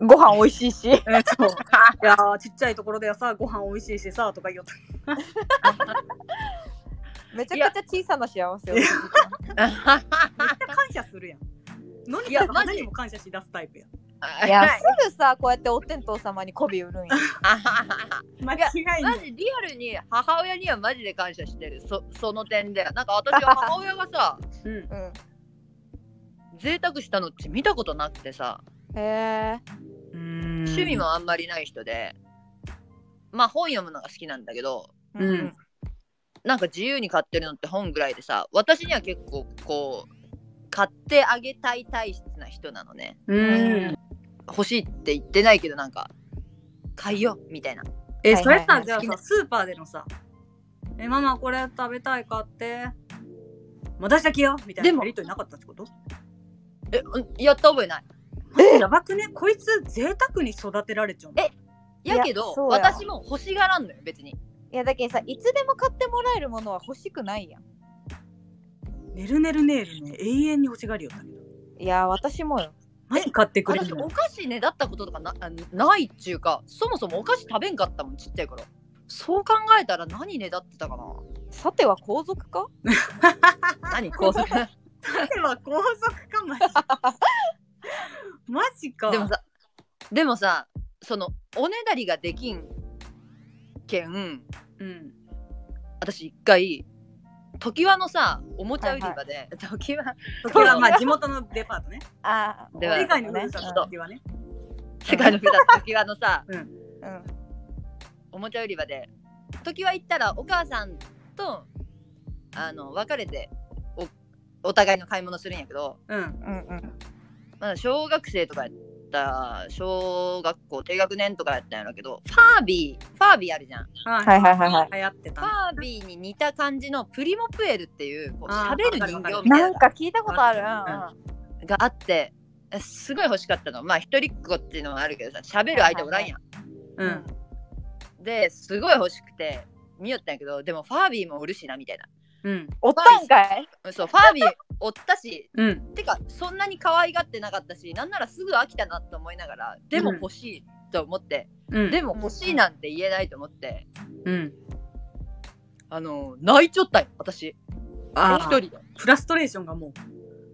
[SPEAKER 1] ん
[SPEAKER 3] ご飯美味しい し
[SPEAKER 1] えーそう いやーちっちゃいところでさご飯美味しいしさとか言おうと
[SPEAKER 3] めちゃくちゃ小さな幸せを感じてます
[SPEAKER 1] めっちゃ 感謝するやんのに
[SPEAKER 4] いやマジ
[SPEAKER 1] 何にも感謝しだすタイプやん
[SPEAKER 3] いや、すぐさ、こうやってお天道様に媚び売 るんや。
[SPEAKER 1] 間違いな
[SPEAKER 4] マ
[SPEAKER 1] い
[SPEAKER 4] ジリアルに母親にはマジで感謝してるそその点でなんか私は母親がさ
[SPEAKER 1] うん
[SPEAKER 3] う
[SPEAKER 4] 贅沢したのって見たことなくてさ
[SPEAKER 3] ん。へえ。
[SPEAKER 1] うん
[SPEAKER 4] 趣味もあんまりない人で、まあ本読むのが好きなんだけど、
[SPEAKER 1] うん
[SPEAKER 4] なんか自由に買ってるのって本ぐらいでさ私には結構こう買ってあげたい体質な人なのね
[SPEAKER 1] うん。
[SPEAKER 4] 欲しいって言ってないけどなんか買いようみたいな
[SPEAKER 1] え、
[SPEAKER 3] はい
[SPEAKER 1] そ
[SPEAKER 3] はい
[SPEAKER 1] れ
[SPEAKER 3] はい
[SPEAKER 1] さ、じゃあさ、スーパーでのさ、え、ママこれ食べたい買って、また先よみたい
[SPEAKER 4] で
[SPEAKER 1] な
[SPEAKER 4] も
[SPEAKER 1] やりとりなかったってこと
[SPEAKER 4] えうんやった覚えない
[SPEAKER 1] えやばくねこいつ贅沢に育てられちゃうの
[SPEAKER 4] えやけ
[SPEAKER 3] い
[SPEAKER 4] ど
[SPEAKER 3] やそうや
[SPEAKER 4] 私も欲しがらんのよ別に
[SPEAKER 3] いやだけどさいつでも買ってもらえるものは欲しくないやん
[SPEAKER 1] ねるねるねるね、永遠に欲しがりよったけど。
[SPEAKER 3] いや私もよ
[SPEAKER 1] 何買ってくれる
[SPEAKER 4] 私
[SPEAKER 1] の
[SPEAKER 4] お菓子ねだったこととかなあないっちゅうかそもそもお菓子食べんかったもんちっちゃい頃そう考えたら何ねだってたかな
[SPEAKER 3] さては皇族か
[SPEAKER 4] 何高速
[SPEAKER 1] では高速かも。マジか。
[SPEAKER 4] でもさでもさそのおねだりができんけん
[SPEAKER 1] うん。
[SPEAKER 4] 私一回常盤のさおもちゃ売り場で、常盤
[SPEAKER 1] これはまあ地元のデパートね。
[SPEAKER 3] ああ
[SPEAKER 4] で
[SPEAKER 1] そ
[SPEAKER 4] は
[SPEAKER 1] れ以外の
[SPEAKER 3] ね
[SPEAKER 1] ふるさとの時はね。
[SPEAKER 4] 世界の歌常盤のさ
[SPEAKER 3] うんうん
[SPEAKER 4] おもちゃ売り場で時は行ったらお母さんとあの別れておお互いの買い物するんやけど、
[SPEAKER 1] うん。
[SPEAKER 3] うんうん
[SPEAKER 4] ま、だ小学生とかやった小学校低学年とかやったんやろうけどファービーファービーあるじゃんフ
[SPEAKER 1] は
[SPEAKER 3] はいはいはいはい
[SPEAKER 1] い。流行ってた。
[SPEAKER 4] ァービーに似た感じのプリモプエルっていうこう
[SPEAKER 1] あー
[SPEAKER 4] 喋る人
[SPEAKER 1] わかる
[SPEAKER 4] 形
[SPEAKER 1] わ
[SPEAKER 4] みた
[SPEAKER 3] ないん
[SPEAKER 4] な
[SPEAKER 3] か聞いたことあるう
[SPEAKER 4] のがあってえすごい欲しかったのまあ一人っ子っていうのもあるけどさ喋る相手おらんやん
[SPEAKER 1] うんん。
[SPEAKER 4] ですごい欲しくて見よったんやけどでもファービーもおるしなみたいな
[SPEAKER 1] うん。
[SPEAKER 3] おったんかい
[SPEAKER 4] そうファービーおったし
[SPEAKER 1] うん。
[SPEAKER 4] てかそんなに可愛がってなかったしなんならすぐ飽きたなと思いながらでも欲しいと思って、
[SPEAKER 1] うん。
[SPEAKER 4] でも欲しいなんて言えないと思って、
[SPEAKER 1] うん。
[SPEAKER 4] あの泣いちゃったよ私一
[SPEAKER 1] ああ
[SPEAKER 4] 人。で、
[SPEAKER 1] フラストレーションがも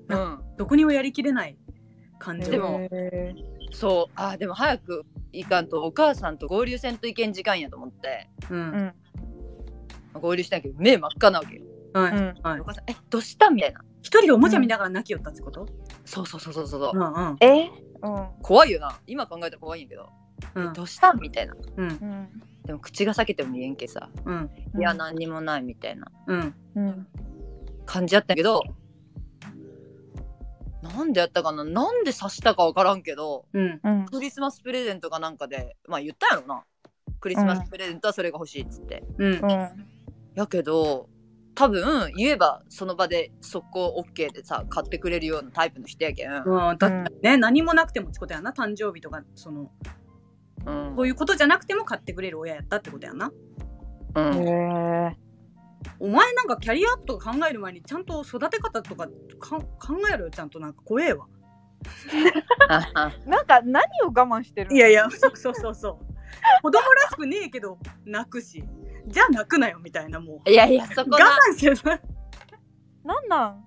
[SPEAKER 1] う、
[SPEAKER 4] うん、
[SPEAKER 1] どこにもやりきれない感情。
[SPEAKER 4] でもそうあーでも早く行かんとお母さんと合流せんといけん時間やと思って
[SPEAKER 1] う。
[SPEAKER 3] うんん
[SPEAKER 4] 合流したんやけど目真っ赤なわけよ
[SPEAKER 1] は
[SPEAKER 3] う
[SPEAKER 1] い。
[SPEAKER 3] ん
[SPEAKER 1] はい
[SPEAKER 4] お。母さん「えどうした?」みたいな
[SPEAKER 1] 一人でおもちゃ見ながら泣きよったってこと
[SPEAKER 4] そうそうそうそうそう、
[SPEAKER 1] うんうん。
[SPEAKER 3] えうん
[SPEAKER 4] 怖いよな今考えたら怖いんやけど
[SPEAKER 1] うん
[SPEAKER 4] 「どうした?」みたいな
[SPEAKER 1] うん
[SPEAKER 3] うん
[SPEAKER 4] でも口が裂けても言えんけさ、
[SPEAKER 1] うん
[SPEAKER 4] いや何にもないみたいな
[SPEAKER 1] うん。
[SPEAKER 3] うん
[SPEAKER 4] 感じやったけどなんでやったかななんで刺したか分からんけど
[SPEAKER 1] うん。
[SPEAKER 3] うん
[SPEAKER 4] クリスマスプレゼントかなんかでまあ言ったやろなクリスマスプレゼントはそれが欲しいっつって、
[SPEAKER 1] うん
[SPEAKER 3] う。ん
[SPEAKER 4] やけど多分言えばその場で速攻 OK でさ買ってくれるようなタイプの人やけん、
[SPEAKER 1] うん、だってね、何もなくてもってことやな誕生日とかその
[SPEAKER 4] うん
[SPEAKER 1] こういうことじゃなくても買ってくれる親やったってことやな
[SPEAKER 4] うん
[SPEAKER 3] へえ
[SPEAKER 1] お前なんかキャリアアップとか考える前にちゃんと育て方とかか考えろよちゃんとなんか怖えわ
[SPEAKER 4] ああ
[SPEAKER 3] なんか何を我慢してるの
[SPEAKER 1] いやいやそうそうそうそう 子供らしくねえけど泣くしじゃあ泣くなよみたいなもう
[SPEAKER 4] いやいやそこだ
[SPEAKER 1] 我慢せな
[SPEAKER 3] なんなん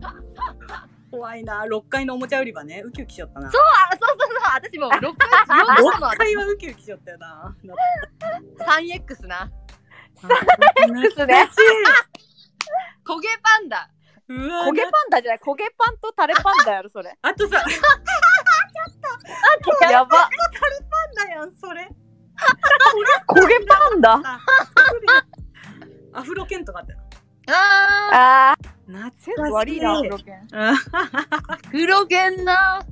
[SPEAKER 1] 怖いな6階のおもちゃ売り場ねウキウキしちゃったな
[SPEAKER 4] あそうそうそう私もう6回使用したの
[SPEAKER 1] 6階はウキウキしちゃったよな
[SPEAKER 4] 3X な
[SPEAKER 3] ですね
[SPEAKER 4] 焦げパンダ
[SPEAKER 1] うわ
[SPEAKER 3] 焦げパンダじゃない焦げパンとタレパンダや ろそれ
[SPEAKER 1] あとさ
[SPEAKER 3] やば
[SPEAKER 1] なんだやんそれ
[SPEAKER 3] 焦げパンダ
[SPEAKER 1] アフロ犬とかあったよ
[SPEAKER 3] あ
[SPEAKER 4] あ
[SPEAKER 3] ー
[SPEAKER 1] 懐
[SPEAKER 3] センス悪いなロケン
[SPEAKER 1] あ
[SPEAKER 4] ー黒犬な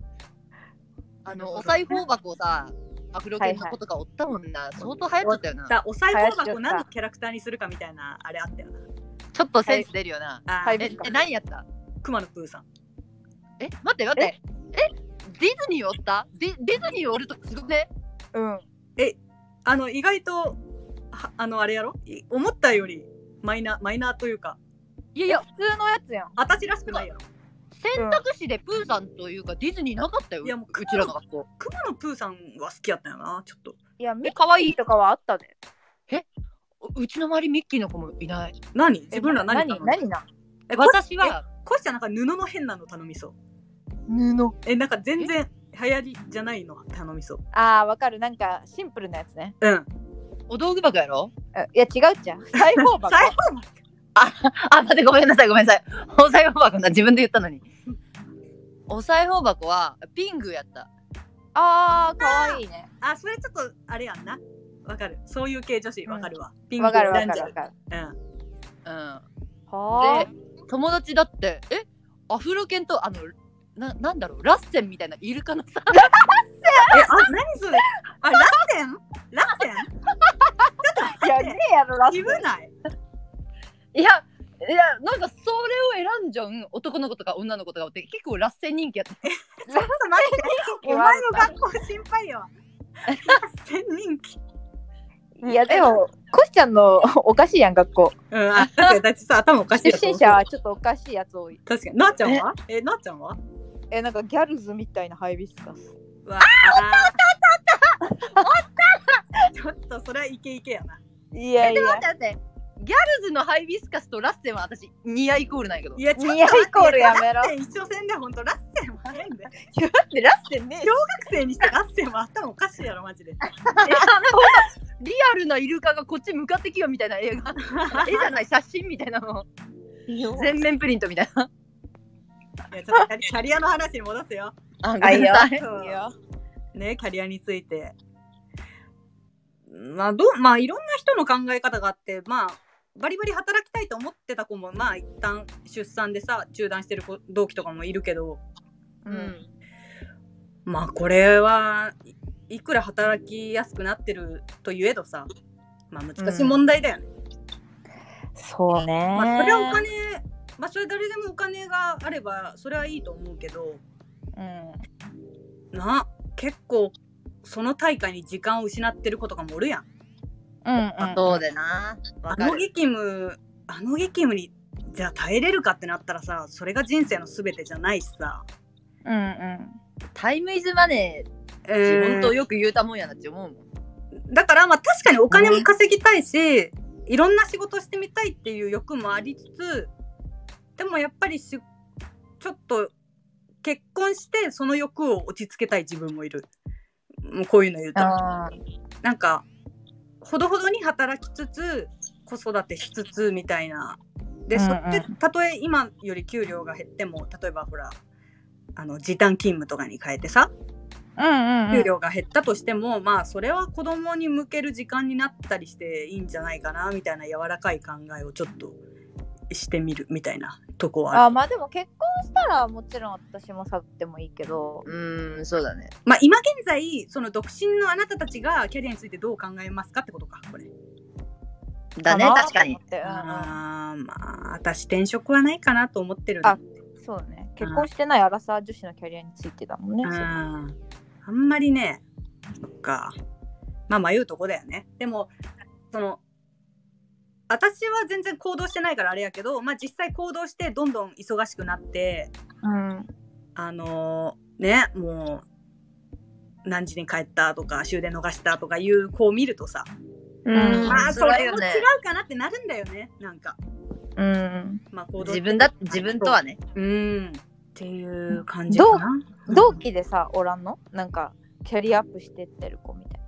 [SPEAKER 4] あのお裁縫箱さアフロ犬の子とかおったもんな、相当流行っちゃったよな
[SPEAKER 1] だお裁縫箱を何のキャラクターにするかみたいなあれあったよな。
[SPEAKER 4] ちょっとセンス出るよな、
[SPEAKER 1] あ
[SPEAKER 3] は
[SPEAKER 1] ー
[SPEAKER 3] い
[SPEAKER 4] ええ何やった
[SPEAKER 1] 熊野プーさん。
[SPEAKER 4] え待って待ってえディズニーおったディディズニーおるとすごくね
[SPEAKER 3] うん
[SPEAKER 1] あの意外とはあのあれやろい思ったよりマイナーマイナーというか
[SPEAKER 4] いやい
[SPEAKER 3] いや
[SPEAKER 4] や
[SPEAKER 3] 普通のやつやん
[SPEAKER 1] 私らしくないやろ。
[SPEAKER 4] 選択肢でプーさんというかディズニーなかったよ
[SPEAKER 1] いやもう
[SPEAKER 4] うちらの学校
[SPEAKER 1] 熊野プーさんは好きやったよなちょっと。
[SPEAKER 3] いやミ
[SPEAKER 4] え
[SPEAKER 3] ッ
[SPEAKER 4] 可愛い
[SPEAKER 3] キーとかはあったで
[SPEAKER 4] うちの周りミッキーの子もいない
[SPEAKER 1] 何
[SPEAKER 3] え
[SPEAKER 1] 自分ら何頼
[SPEAKER 3] 何
[SPEAKER 1] む
[SPEAKER 3] 何な
[SPEAKER 1] えこ
[SPEAKER 4] 私は
[SPEAKER 1] こしちゃんなんか布の変なの頼みそう。
[SPEAKER 3] 布
[SPEAKER 1] えなんか全然流行りじゃないの頼みそう。
[SPEAKER 3] あーわかるなんかシンプルなやつね
[SPEAKER 1] うん。
[SPEAKER 4] お道具箱やろ
[SPEAKER 3] あいや違うっちゃん裁縫箱
[SPEAKER 1] 裁縫箱
[SPEAKER 4] あ、待って、ごめんなさい、ごめんなさい。 お裁縫箱な、自分で言ったのに。お裁縫箱はピングやった。
[SPEAKER 3] あーかわいいね
[SPEAKER 1] あそれちょっとあれやんな。わかるそういう系女子わかるわ、ピン
[SPEAKER 3] わ
[SPEAKER 1] ク
[SPEAKER 3] かるわ
[SPEAKER 1] ラ
[SPEAKER 3] か
[SPEAKER 1] ンジェ
[SPEAKER 3] るわ
[SPEAKER 1] ル
[SPEAKER 3] かる。
[SPEAKER 4] うん
[SPEAKER 3] は
[SPEAKER 4] で友達だってえアフロ犬とあのななんだろうラッセンみたいなイルカのさ
[SPEAKER 1] えあ何それあラッセンラッセン
[SPEAKER 3] あ。いやねえやろラス
[SPEAKER 1] 自分ない
[SPEAKER 4] いやいやなんかそれを選んじゃう男の子とか女の子とかおって結構ラッセン人気やった
[SPEAKER 1] ちょっと待ってお前の学校心配よラッセン人気
[SPEAKER 3] いやでもコシちゃんのおかしいやん学校。
[SPEAKER 1] うんあだってだってさ頭おかしい
[SPEAKER 3] 出
[SPEAKER 1] よ
[SPEAKER 3] 身者はちょっとおかしいやつ多い。
[SPEAKER 1] 確かになっちゃんはえなっちゃんは
[SPEAKER 3] えなんかギャルズみたいなハイビスカス。
[SPEAKER 1] うわあおったおったおったおったちょっとそれはイケイケやない
[SPEAKER 3] やいや。
[SPEAKER 4] だってギャルズのハイビスカスとラッセンは私似合いイコールなんやけど
[SPEAKER 1] いやちょっと
[SPEAKER 3] ニヤイコールやめろ
[SPEAKER 1] ラッ。セン一緒せんでほんとラッセンもあんで学
[SPEAKER 3] でラスてね
[SPEAKER 1] 生にしてラッセンは頭おかしいやろマジで
[SPEAKER 4] リアルなイルカがこっち向かってきよみたいな映画絵じゃない写真みた いなの全面プリントみたいない
[SPEAKER 1] やちょっとキャリキャリアの話に戻すよ
[SPEAKER 4] あご
[SPEAKER 3] あいいよ
[SPEAKER 4] さい
[SPEAKER 1] そう
[SPEAKER 3] いいよ。
[SPEAKER 1] ねキャリアについてまあどうまあいろんな人の考え方があってまあバリバリ働きたいと思ってた子もまあ一旦出産でさ中断してる子同期とかもいるけど
[SPEAKER 4] うん
[SPEAKER 1] まあこれはいいくら働きやすくなってるといえどさまあ難しい問題だよね、
[SPEAKER 3] そうね。
[SPEAKER 1] まあそれはお金まあそれ誰でもお金があればそれはいいと思うけど
[SPEAKER 3] うん。
[SPEAKER 1] な結構その大会に時間を失ってる子とかもおるやん
[SPEAKER 3] うんうん。
[SPEAKER 4] あそうでなわ
[SPEAKER 1] あ
[SPEAKER 4] か
[SPEAKER 1] の
[SPEAKER 4] る
[SPEAKER 1] 激務あの激務にじゃあ耐えれるかってなったらさそれが人生の全てじゃないしさ、
[SPEAKER 3] うんうん。
[SPEAKER 4] タイムイズマネー自分とよく言うたもんやなって思うもん、
[SPEAKER 1] だからまあ確かにお金も稼ぎたいし、いろんな仕事してみたいっていう欲もありつつでもやっぱりしちょっと結婚してその欲を落ち着けたい自分もいるもうこういうの言うと
[SPEAKER 3] あ
[SPEAKER 1] なんかほどほどに働きつつ子育てしつつみたいなで
[SPEAKER 3] うんう
[SPEAKER 1] そ
[SPEAKER 3] ん
[SPEAKER 1] ってたとえ今より給料が減っても例えばほらあの時短勤務とかに変えてさ
[SPEAKER 3] ーうんうんう
[SPEAKER 1] 給
[SPEAKER 3] ん。
[SPEAKER 1] 料が減ったとしても、まあそれは子供に向ける時間になったりしていいんじゃないかなみたいな柔らかい考えをちょっとしてみるみたいなとこはあ
[SPEAKER 3] あ
[SPEAKER 1] る
[SPEAKER 3] まあでも結婚したらもちろん私も去ってもいいけど。
[SPEAKER 4] うんそうだね
[SPEAKER 1] まあ今現在その独身のあなたたちがキャリアについてどう考えますかってことかこれ
[SPEAKER 4] だね
[SPEAKER 3] かな
[SPEAKER 4] 確かに
[SPEAKER 3] と思ってうんうん
[SPEAKER 1] あーまあ私転職はないかなと思ってるんで
[SPEAKER 3] あそうね。結婚してないアラサー女子のキャリアについてだもんね。そう
[SPEAKER 1] ああんまりね、そっか。まあ迷うとこだよね。でも、その、私は全然行動してないからあれやけど、まあ実際行動してどんどん忙しくなって、
[SPEAKER 3] うん。
[SPEAKER 1] あのーね、もう、何時に帰ったとか終電逃したとかいう子を見るとさ、
[SPEAKER 3] うん
[SPEAKER 1] まあそ
[SPEAKER 4] 辛い
[SPEAKER 1] れ
[SPEAKER 4] よ
[SPEAKER 1] も
[SPEAKER 4] ね
[SPEAKER 1] 違うかなってなるんだよね、なんか。
[SPEAKER 3] うん。
[SPEAKER 1] まあ行動
[SPEAKER 4] 自分だ自分とはね
[SPEAKER 1] うん。っていう感じかな。
[SPEAKER 3] 同期でさ、おらんのなんか、キャリアアップしてってる子みたい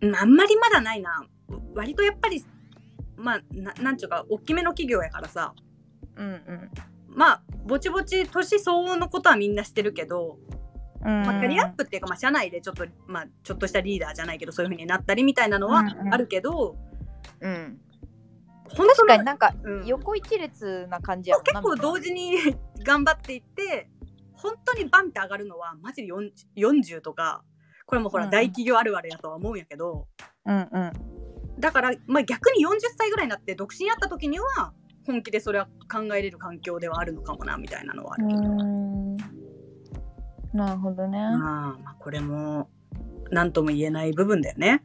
[SPEAKER 1] うんあんまりまだないな割とやっぱりまあななんちゅうか大きめの企業やからさ
[SPEAKER 3] な。うんうん。
[SPEAKER 1] まあぼちぼち年相応のことはみんなしてるけど、
[SPEAKER 3] うん
[SPEAKER 1] まあ、キャリアアップっていうか、まあ、社内でちょっと、まあ、ちょっとしたリーダーじゃないけどそういうふうになったりみたいなのは
[SPEAKER 3] うんうん
[SPEAKER 1] あるけど、
[SPEAKER 4] うん
[SPEAKER 1] 本当
[SPEAKER 3] 確か
[SPEAKER 1] の
[SPEAKER 3] になんか
[SPEAKER 1] うん
[SPEAKER 3] 横一列な感じや
[SPEAKER 1] そ
[SPEAKER 3] も
[SPEAKER 1] うん
[SPEAKER 3] な
[SPEAKER 1] 結構同時に 頑張っていって本当にバンって上がるのはマジで40 40とかこれもほ
[SPEAKER 3] う
[SPEAKER 1] ら
[SPEAKER 3] んうん
[SPEAKER 1] 大企業あるあるやとは思うんやけど。
[SPEAKER 3] うんうん
[SPEAKER 1] だから、まあ、逆に40歳ぐらいになって独身やった時には本気でそれは考えれる環境ではあるのかもなみたいなのはある。
[SPEAKER 3] うんなるほどね
[SPEAKER 1] まあまあ、これも何とも言えない部分だよね。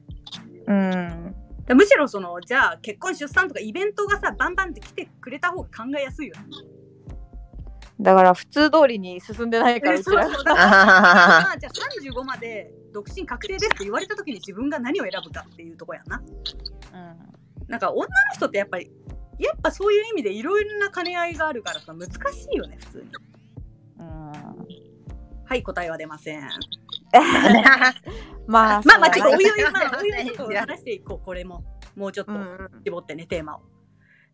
[SPEAKER 3] うん
[SPEAKER 1] でむしろそのじゃあ結婚出産とかイベントがさバンバンって来てくれた方が考えやすいよね。
[SPEAKER 3] だから普通通りに進んでないから
[SPEAKER 1] で
[SPEAKER 3] うち
[SPEAKER 1] そう
[SPEAKER 3] ら
[SPEAKER 1] そうだからまあじゃあ35まで独身確定ですって言われた時に自分が何を選ぶかっていうとこやな。なんか女の人ってやっぱりやっぱそういう意味でいろいろな兼ね合いがあるからさ難しいよね普通に。
[SPEAKER 3] うん
[SPEAKER 1] はい答えは出ません。
[SPEAKER 3] まあ
[SPEAKER 1] まあまあち
[SPEAKER 3] そう
[SPEAKER 1] ょっ
[SPEAKER 3] だ
[SPEAKER 1] とお
[SPEAKER 3] ね
[SPEAKER 1] いおいまあおいおいちょっと話していこうこれももうちょっと絞ってねテーマを。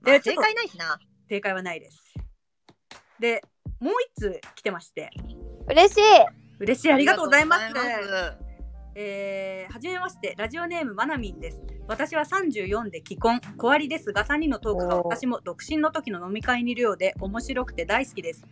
[SPEAKER 1] で、
[SPEAKER 4] で
[SPEAKER 1] ちょ
[SPEAKER 4] 正
[SPEAKER 1] っと
[SPEAKER 4] 解ないしな
[SPEAKER 1] 正解はないです。でもう一通来てまして
[SPEAKER 3] 嬉しい
[SPEAKER 1] 嬉しいありがとうございます。
[SPEAKER 4] ありがとうございます
[SPEAKER 1] えーはじめまして、ラジオネームまなみんです。私は34で既婚、小割りですが、3人のトークが
[SPEAKER 3] おー
[SPEAKER 1] 私も独身の時の飲み会にいるようで、面白くて大好きです。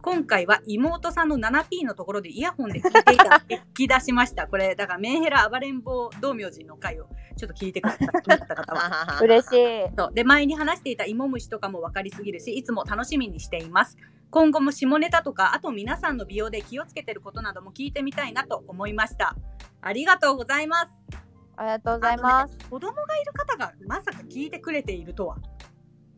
[SPEAKER 1] 今回は妹さんの 7P のところでイヤホンで聞いていた聞き出しました。これ、だからメンヘラ暴れん坊道明寺の回をちょっと聞いてください。気になった方は。
[SPEAKER 3] 嬉し
[SPEAKER 4] い。
[SPEAKER 3] い。
[SPEAKER 1] そうで前に話していた芋虫とかも分かりすぎるしいつも楽しみにしています今後も下ネタとかあと皆さんの美容で気をつけてることなども聞いてみたいなと思いましたありがとうございます
[SPEAKER 3] ありがとうございます。
[SPEAKER 1] 子供がいる方がまさか聞いてくれているとは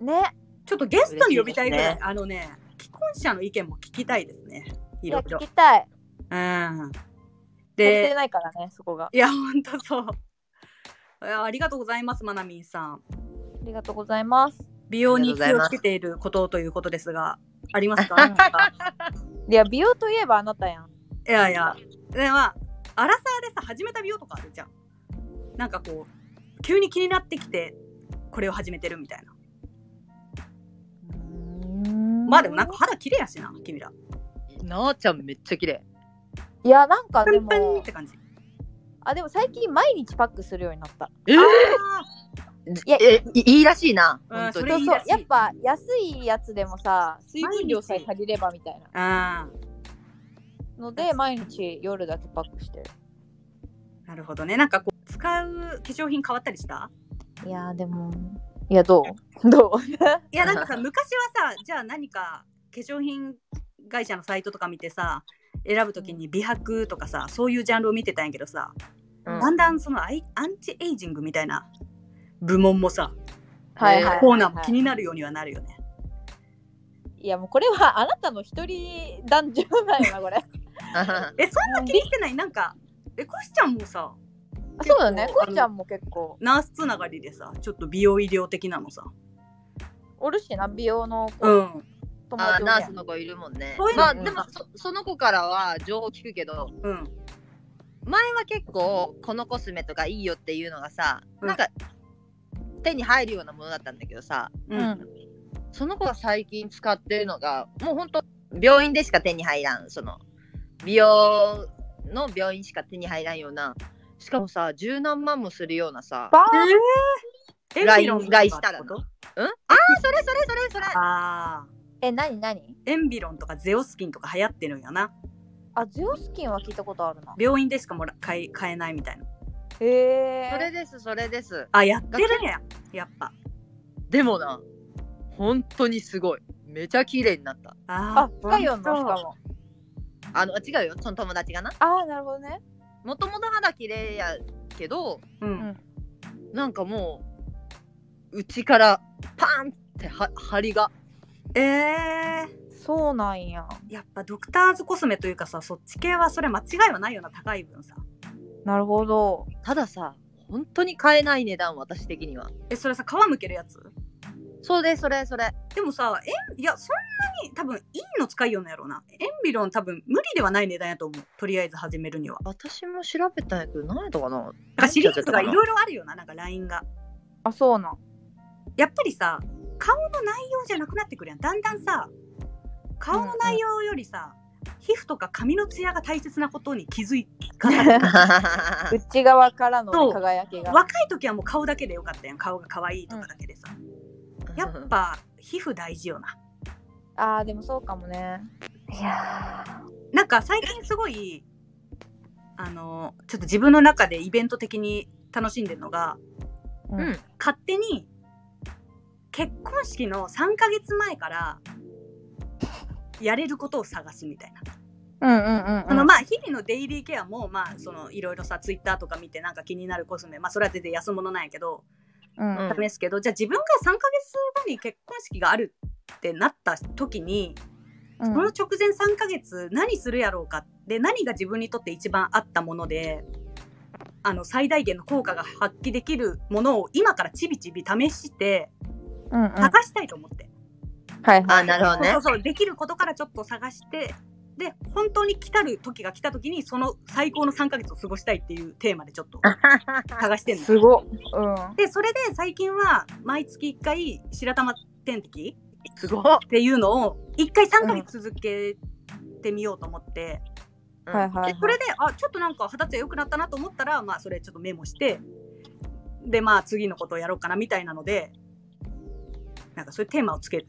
[SPEAKER 3] ね。
[SPEAKER 1] ちょっとゲストに呼びたいぐらい
[SPEAKER 4] 嬉しいで
[SPEAKER 1] あのね既婚者の意見も聞きたいですね
[SPEAKER 3] い
[SPEAKER 1] い
[SPEAKER 3] や、
[SPEAKER 1] ろいろ
[SPEAKER 3] 聞きたい。
[SPEAKER 1] うん
[SPEAKER 3] できて
[SPEAKER 1] で
[SPEAKER 3] ないからね、そこが。あ
[SPEAKER 1] いやほんとそういやありがとうございますまなみんさん
[SPEAKER 3] りがとうございます。
[SPEAKER 1] 美容に
[SPEAKER 4] あり
[SPEAKER 1] 気
[SPEAKER 4] がとうござい
[SPEAKER 1] を
[SPEAKER 4] ま
[SPEAKER 1] つ
[SPEAKER 4] す
[SPEAKER 1] けていることということですがあり ますか何か
[SPEAKER 3] いや、美容といえばあなたやん。
[SPEAKER 1] いやいや、でまあ、アラサーでさ、始めた美容とかあるじゃん。なんかこう、急に気になってきて、これを始めてるみたいな。まあでもなんか肌綺麗やしな、君ら。
[SPEAKER 4] なあちゃんめっちゃ綺麗。
[SPEAKER 3] いや、なんか
[SPEAKER 1] パ
[SPEAKER 3] で
[SPEAKER 1] ンパンっ
[SPEAKER 3] も
[SPEAKER 1] て、感じ。
[SPEAKER 3] あ、でも最近毎日パックするようになった。
[SPEAKER 4] え
[SPEAKER 3] いや
[SPEAKER 4] えいいいらしいな。
[SPEAKER 1] うん
[SPEAKER 4] 本当
[SPEAKER 1] そ
[SPEAKER 4] に
[SPEAKER 1] れ
[SPEAKER 3] そう
[SPEAKER 1] いい
[SPEAKER 3] そう
[SPEAKER 1] らし、い
[SPEAKER 3] やっぱ安いやつでもさ、水分量さえ足りればみたいな
[SPEAKER 1] ああ、
[SPEAKER 3] ので、毎日夜だけパックしてる。
[SPEAKER 1] なるほどね。なんかこう、使う化粧品変わったりした
[SPEAKER 3] いやーでも、いや、どう どう
[SPEAKER 1] いや、なんかさ、昔はさ、じゃあ何か化粧品会社のサイトとか見てさ、選ぶときに美白とかさ、そういうジャンルを見てたんやけどさ、
[SPEAKER 4] うん
[SPEAKER 1] だんだんそのアイアンチエイジングみたいな部門もさ、
[SPEAKER 3] はいはい。
[SPEAKER 1] コーナーも気
[SPEAKER 3] い
[SPEAKER 1] になるようにはなるよね。
[SPEAKER 3] や、もうこれはあなたの一人男女だよな、これ。
[SPEAKER 1] えそんな気にしてないなんかえコシちゃんもさ
[SPEAKER 3] あそうだよね、
[SPEAKER 1] 結構
[SPEAKER 3] こうちゃんも結構。
[SPEAKER 1] ナースつながりでさちょっと美容医療的なのさ
[SPEAKER 3] おるしな、美容の子
[SPEAKER 1] うん
[SPEAKER 3] 友
[SPEAKER 4] あ
[SPEAKER 3] 達お
[SPEAKER 4] ー
[SPEAKER 3] るや
[SPEAKER 4] ナ
[SPEAKER 3] ん
[SPEAKER 4] ースの子いるもんね
[SPEAKER 1] そういう。の
[SPEAKER 4] まあでもそその子からは情報聞くけど、
[SPEAKER 1] うん
[SPEAKER 4] 前は結構このコスメとかいいよっていうのがさ、
[SPEAKER 1] うん
[SPEAKER 4] なんか手に入るようなものだったんだけどさ
[SPEAKER 1] う
[SPEAKER 3] うんん。
[SPEAKER 4] その子が最近使ってるのがもうほんと病院でしか手に入らんその美容の病院しか手に入らんようなしかもさ十何万もするようなさ
[SPEAKER 3] バー
[SPEAKER 1] え
[SPEAKER 4] ラ
[SPEAKER 1] エ
[SPEAKER 4] イン
[SPEAKER 1] ピロンとか
[SPEAKER 4] ラインしたらな
[SPEAKER 1] ってこと
[SPEAKER 4] うんああそれそれそれそれ
[SPEAKER 1] あー
[SPEAKER 3] え、なになに
[SPEAKER 1] エンビロンとかゼオスキンとか流行ってるんやな
[SPEAKER 3] あ、ゼオスキンは聞いたことあるな。
[SPEAKER 1] 病院でしかもら買い買えないみたいな
[SPEAKER 3] へえ。
[SPEAKER 4] それですそれです
[SPEAKER 1] あやってるんややっぱ
[SPEAKER 4] でもな本当にすごいめちゃ綺麗になった
[SPEAKER 1] あ
[SPEAKER 3] あ、深いよな、しかも。
[SPEAKER 4] あの違うよその友達がな
[SPEAKER 3] あー、なるほどね。
[SPEAKER 4] もともと肌綺麗やけど
[SPEAKER 1] う
[SPEAKER 3] うん
[SPEAKER 1] ん
[SPEAKER 4] なんかもう内からパーンっては針が
[SPEAKER 1] えー
[SPEAKER 3] そうなんや。
[SPEAKER 1] やっぱドクターズコスメというかさそっち系はそれ間違いはないよな高い分さ
[SPEAKER 3] なるほど。
[SPEAKER 4] たださ本当に買えない値段私的には
[SPEAKER 1] えそれさ皮むけるやつ
[SPEAKER 4] それそれそれ
[SPEAKER 1] でもさ、えいや、そんなに多分、いいの使いようなんやろうな。エンビロン多分、無理ではない値段やと思う。とりあえず始めるには。
[SPEAKER 4] 私も調べたんやけど何やったかな
[SPEAKER 1] なんかシリーズがいろいろあるよな、なんかラインが。
[SPEAKER 3] あ、そう なん。
[SPEAKER 1] やっぱりさ、顔の内容じゃなくなってくるやん。だんだんさ、顔の内容よりさ、皮膚とか髪のツヤが大切なことに気づいかな
[SPEAKER 3] 内側からの
[SPEAKER 1] そう
[SPEAKER 3] 輝きが。
[SPEAKER 1] 若い時はもう顔だけでよかったやん。顔が可愛いとかだけでさ。 やっぱ、皮膚大事よな。
[SPEAKER 3] あー、でもそうかもね。いや
[SPEAKER 1] なんか最近すごいあのちょっと自分の中でイベント的に楽しんでるのが、
[SPEAKER 3] うん
[SPEAKER 1] 勝手に結婚式の3ヶ月前からやれることを探すみたいな、
[SPEAKER 3] ー。うんうんうん、うん。
[SPEAKER 1] あのまあ日々のデイリーケアもまあそのいろいろさツイッターとか見てなんか気になるコスメまあそれは全然安物なんやけど、
[SPEAKER 3] うん
[SPEAKER 4] うん
[SPEAKER 1] ですけどじゃあ自分が3ヶ月後に結婚式があるってなった時に
[SPEAKER 3] うん
[SPEAKER 1] この直前3ヶ月何するやろうかで何が自分にとって一番合ったものであの最大限の効果が発揮できるものを今からちびちび試して
[SPEAKER 3] うんうん、はい
[SPEAKER 1] 探したいと思って、
[SPEAKER 3] はい。
[SPEAKER 4] あなるほどね
[SPEAKER 1] そうそうそうできることからちょっと探してで本当に来たる時が来た時にその最高の3ヶ月を過ごしたいっていうテーマでちょっと探してんの。
[SPEAKER 3] すごっ。うん。
[SPEAKER 1] でそれで最近は毎月1回白玉点滴
[SPEAKER 4] すごっ
[SPEAKER 1] っていうのを1回3ヶ月続けてみようと思って。
[SPEAKER 4] ううん
[SPEAKER 3] はいはいはい
[SPEAKER 1] でそれであちょっとなんか二十歳良くなったなと思ったらまあそれちょっとメモしてでまあ次のことをやろうかなみたいなのでなんかそういうテーマをつけ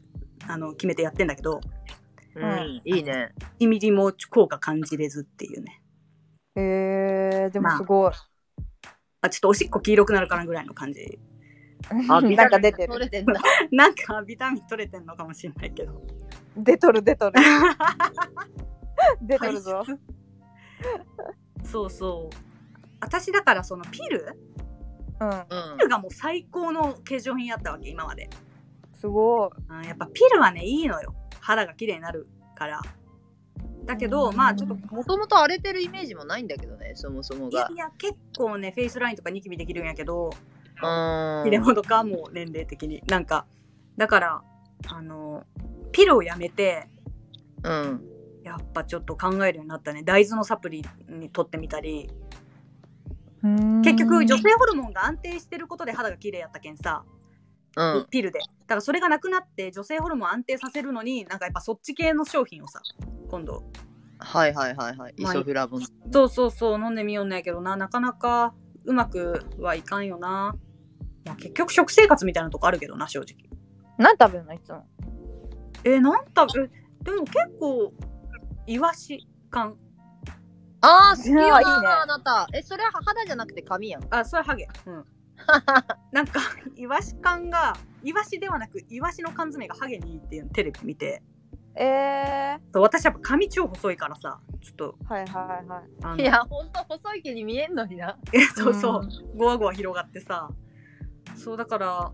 [SPEAKER 1] あの決めてやってんだけど
[SPEAKER 4] うんいいね。
[SPEAKER 1] 1ミリも効果感じれずっていうね
[SPEAKER 3] えー、でもすごい。
[SPEAKER 1] あちょっとおしっこ黄色くなるかなぐらいの感じ
[SPEAKER 4] あビタミ
[SPEAKER 3] な
[SPEAKER 4] ン
[SPEAKER 3] んか出て
[SPEAKER 5] 取
[SPEAKER 3] る。
[SPEAKER 5] れてんだ。
[SPEAKER 1] なんかビタミン取れてんのかもしれないけど
[SPEAKER 3] 出とる出 とる。出とるぞ。
[SPEAKER 1] 体質 そうそう私だからそのピル
[SPEAKER 3] うん。
[SPEAKER 4] うん
[SPEAKER 1] ピルがもう最高の化粧品やったわけ今まで、
[SPEAKER 3] すごい。
[SPEAKER 1] うん、やっぱピルはねいいのよ肌が綺麗になるからだけど
[SPEAKER 3] うん
[SPEAKER 1] まあちょっと
[SPEAKER 4] もともと荒れてるイメージもないんだけどね、そもそも
[SPEAKER 1] いや
[SPEAKER 4] が。
[SPEAKER 1] いや結構ねフェイスラインとかニキビできるんやけど
[SPEAKER 4] うん
[SPEAKER 1] 切れ物かもう年齢的になんかだからあのピルをやめて
[SPEAKER 4] うん。
[SPEAKER 1] やっぱちょっと考えるようになったね大豆のサプリに取ってみたり結局女性ホルモンが安定してることで肌が綺麗やったけんさ
[SPEAKER 4] うん。
[SPEAKER 1] ピルでだからそれがなくなって女性ホルモン安定させるのになんかやっぱそっち系の商品をさ今度
[SPEAKER 4] はいはいはいはい。イ
[SPEAKER 1] まあ
[SPEAKER 4] ソフラボン。
[SPEAKER 1] そうそうそう飲んでみようんやけどななかなかうまくはいかんよな、まあ、結局食生活みたいなとこあるけどな正直
[SPEAKER 3] 何食べるのいつも。
[SPEAKER 1] えなん食べでも結構イワシ缶
[SPEAKER 4] ああ、好きよ
[SPEAKER 3] い
[SPEAKER 4] な
[SPEAKER 3] やいいね
[SPEAKER 4] あなた。え、それは肌じゃなくて髪やん。
[SPEAKER 1] あそれハゲうんなんか イワシ缶がイワシではなくイワシの缶詰がハゲにいいっていうのテレビ見て
[SPEAKER 3] え
[SPEAKER 1] そう私やっぱ髪超細いからさちょっと
[SPEAKER 3] ー、はいはいはい。
[SPEAKER 1] あの
[SPEAKER 4] いや、ほんと細い毛に見えんのにな。
[SPEAKER 1] そうそうゴワゴワ広がってさそうだから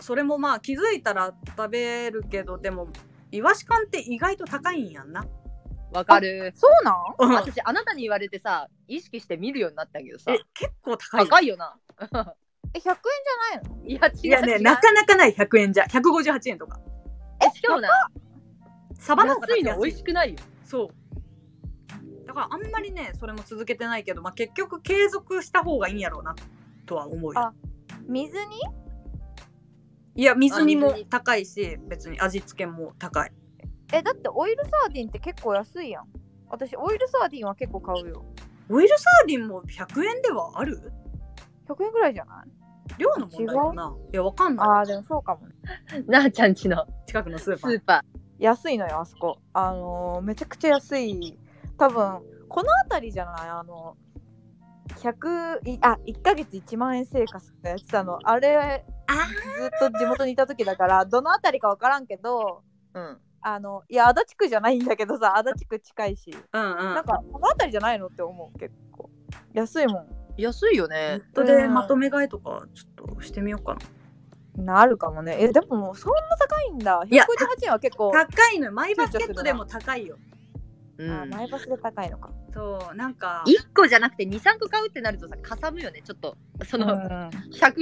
[SPEAKER 1] それもまあ気づいたら食べるけどでもイワシ缶って意外と高いんやんな
[SPEAKER 4] わかる。
[SPEAKER 3] そうなん
[SPEAKER 1] うん
[SPEAKER 4] 私、あなたに言われてさ、意識して見るようになったけど さ
[SPEAKER 1] え、結構高い
[SPEAKER 4] 高いよな。
[SPEAKER 3] え、100円じゃないの
[SPEAKER 4] いや、違う。
[SPEAKER 1] いやね
[SPEAKER 4] 違う
[SPEAKER 1] なかなかない100円じゃ158円とか
[SPEAKER 4] え、しかもな、
[SPEAKER 1] サバの方が
[SPEAKER 4] 安い
[SPEAKER 1] 高
[SPEAKER 4] の美味しくないよ。
[SPEAKER 1] そうだからあんまりねそれも続けてないけど、まあ、結局継続した方がいいんやろうなとは思うよ
[SPEAKER 3] あ水に
[SPEAKER 1] いや水煮
[SPEAKER 4] あ
[SPEAKER 1] も
[SPEAKER 4] 水煮
[SPEAKER 1] 高いし別に味付けも高い
[SPEAKER 3] え、だってオイルサーディンって結構安いやん。私、オイルサーディンは結構買うよ。
[SPEAKER 1] オイルサーディンも100円ではある
[SPEAKER 3] 100円ぐらいじゃない
[SPEAKER 1] 量の問題かないやわかん
[SPEAKER 3] あ
[SPEAKER 1] な
[SPEAKER 3] あ、でもそうかもね。
[SPEAKER 4] なあちゃんちの
[SPEAKER 1] い近くのスー
[SPEAKER 4] ス
[SPEAKER 1] パー
[SPEAKER 4] ーパ
[SPEAKER 3] 安いのよ、あそこ。あのーめちゃくちゃ安い。多分この辺りじゃないあの、100いあ1ヶ月1万円生活ってやつだのあれ
[SPEAKER 1] あ
[SPEAKER 3] ずっと地元にいた時だからどの辺りか分からんけど
[SPEAKER 4] ー。うん。
[SPEAKER 3] あのいや足立区じゃないんだけどさ足立区近いし
[SPEAKER 1] うんうん
[SPEAKER 3] なんかこの辺りじゃないのって思う結構安いも
[SPEAKER 4] 安いよね。
[SPEAKER 1] ネットで
[SPEAKER 3] うん
[SPEAKER 1] まとめ買いとかちょっとしてみようかな、
[SPEAKER 3] んなるかもねえでももうそんな高いんだ158
[SPEAKER 1] いや
[SPEAKER 3] 円は結構
[SPEAKER 1] 高いのよマイバスケットでも高いよ
[SPEAKER 4] う
[SPEAKER 3] あ
[SPEAKER 4] ん。
[SPEAKER 3] 前バスで高いのか
[SPEAKER 1] そうなんか
[SPEAKER 4] 一個じゃなくて二三個買うってなるとさ、かさむよね。ちょっと、その、100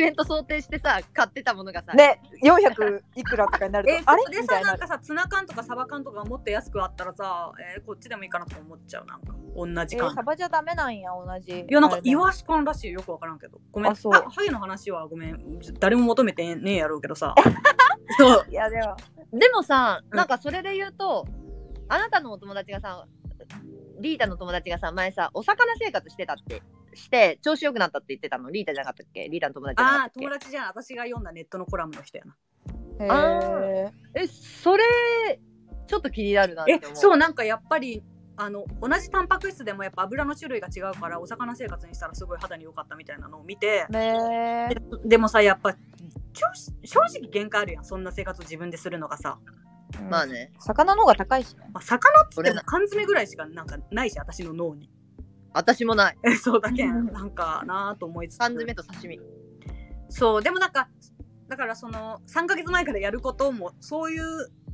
[SPEAKER 4] 円と想定してさ、買ってたものがさ、
[SPEAKER 3] ね400いくらとかになると
[SPEAKER 1] え
[SPEAKER 3] あ
[SPEAKER 1] あ
[SPEAKER 3] れ
[SPEAKER 1] れで
[SPEAKER 3] みた
[SPEAKER 1] さ
[SPEAKER 3] い
[SPEAKER 1] な
[SPEAKER 3] なん
[SPEAKER 1] かさツナ缶とかサバ缶とかもっと安くあったらさ、えーこっちでもいいかなとか思っちゃうなんか同
[SPEAKER 3] え
[SPEAKER 1] じ缶、
[SPEAKER 3] ー、サバじゃダメなんや同じ
[SPEAKER 1] いやなんか
[SPEAKER 3] あれで
[SPEAKER 1] イワシ缶らしいよよくわからんけどごめん
[SPEAKER 3] あそう
[SPEAKER 1] ハゲの話はごめん誰も求めてねえやろうけどさそう
[SPEAKER 3] いやでも
[SPEAKER 4] でもさ、
[SPEAKER 1] うん
[SPEAKER 4] なんかそれで言うと、あなたのお友達がさ、リータの友達がさ、前さ、お魚生活してたって、して、調子良くなったって言ってたの、リータじゃなかったっけリータの友達じゃなか
[SPEAKER 1] あ
[SPEAKER 4] っ
[SPEAKER 1] あ
[SPEAKER 4] た
[SPEAKER 1] 友
[SPEAKER 4] っ
[SPEAKER 1] 達じゃん私が読んだネットのコラムの人やな
[SPEAKER 3] へ
[SPEAKER 4] あ
[SPEAKER 3] え
[SPEAKER 4] けえ、それ、ちょっと気になるなって
[SPEAKER 1] え
[SPEAKER 4] 思う。
[SPEAKER 1] そうなんかやっぱりあの同じタンパク質でもやっぱ油の種類が違うからお魚生活にしたらすごい肌に良かったみたいなのを見て
[SPEAKER 3] ねえ
[SPEAKER 1] でもさやっぱちょ正直限界あるやんそんな生活を自分でするのがさ、
[SPEAKER 4] まあね、
[SPEAKER 3] 魚の方が高いしね
[SPEAKER 1] まあ、魚っつっ
[SPEAKER 4] 俺
[SPEAKER 1] て
[SPEAKER 4] な
[SPEAKER 1] も缶詰ぐらいしかなんかないし私の脳に
[SPEAKER 4] 私もない。
[SPEAKER 1] そうだけ
[SPEAKER 3] うん
[SPEAKER 1] んなんかなあと思いつつ
[SPEAKER 4] 缶詰と刺身。
[SPEAKER 1] そうでもなんかだからその3ヶ月前からやることもそういう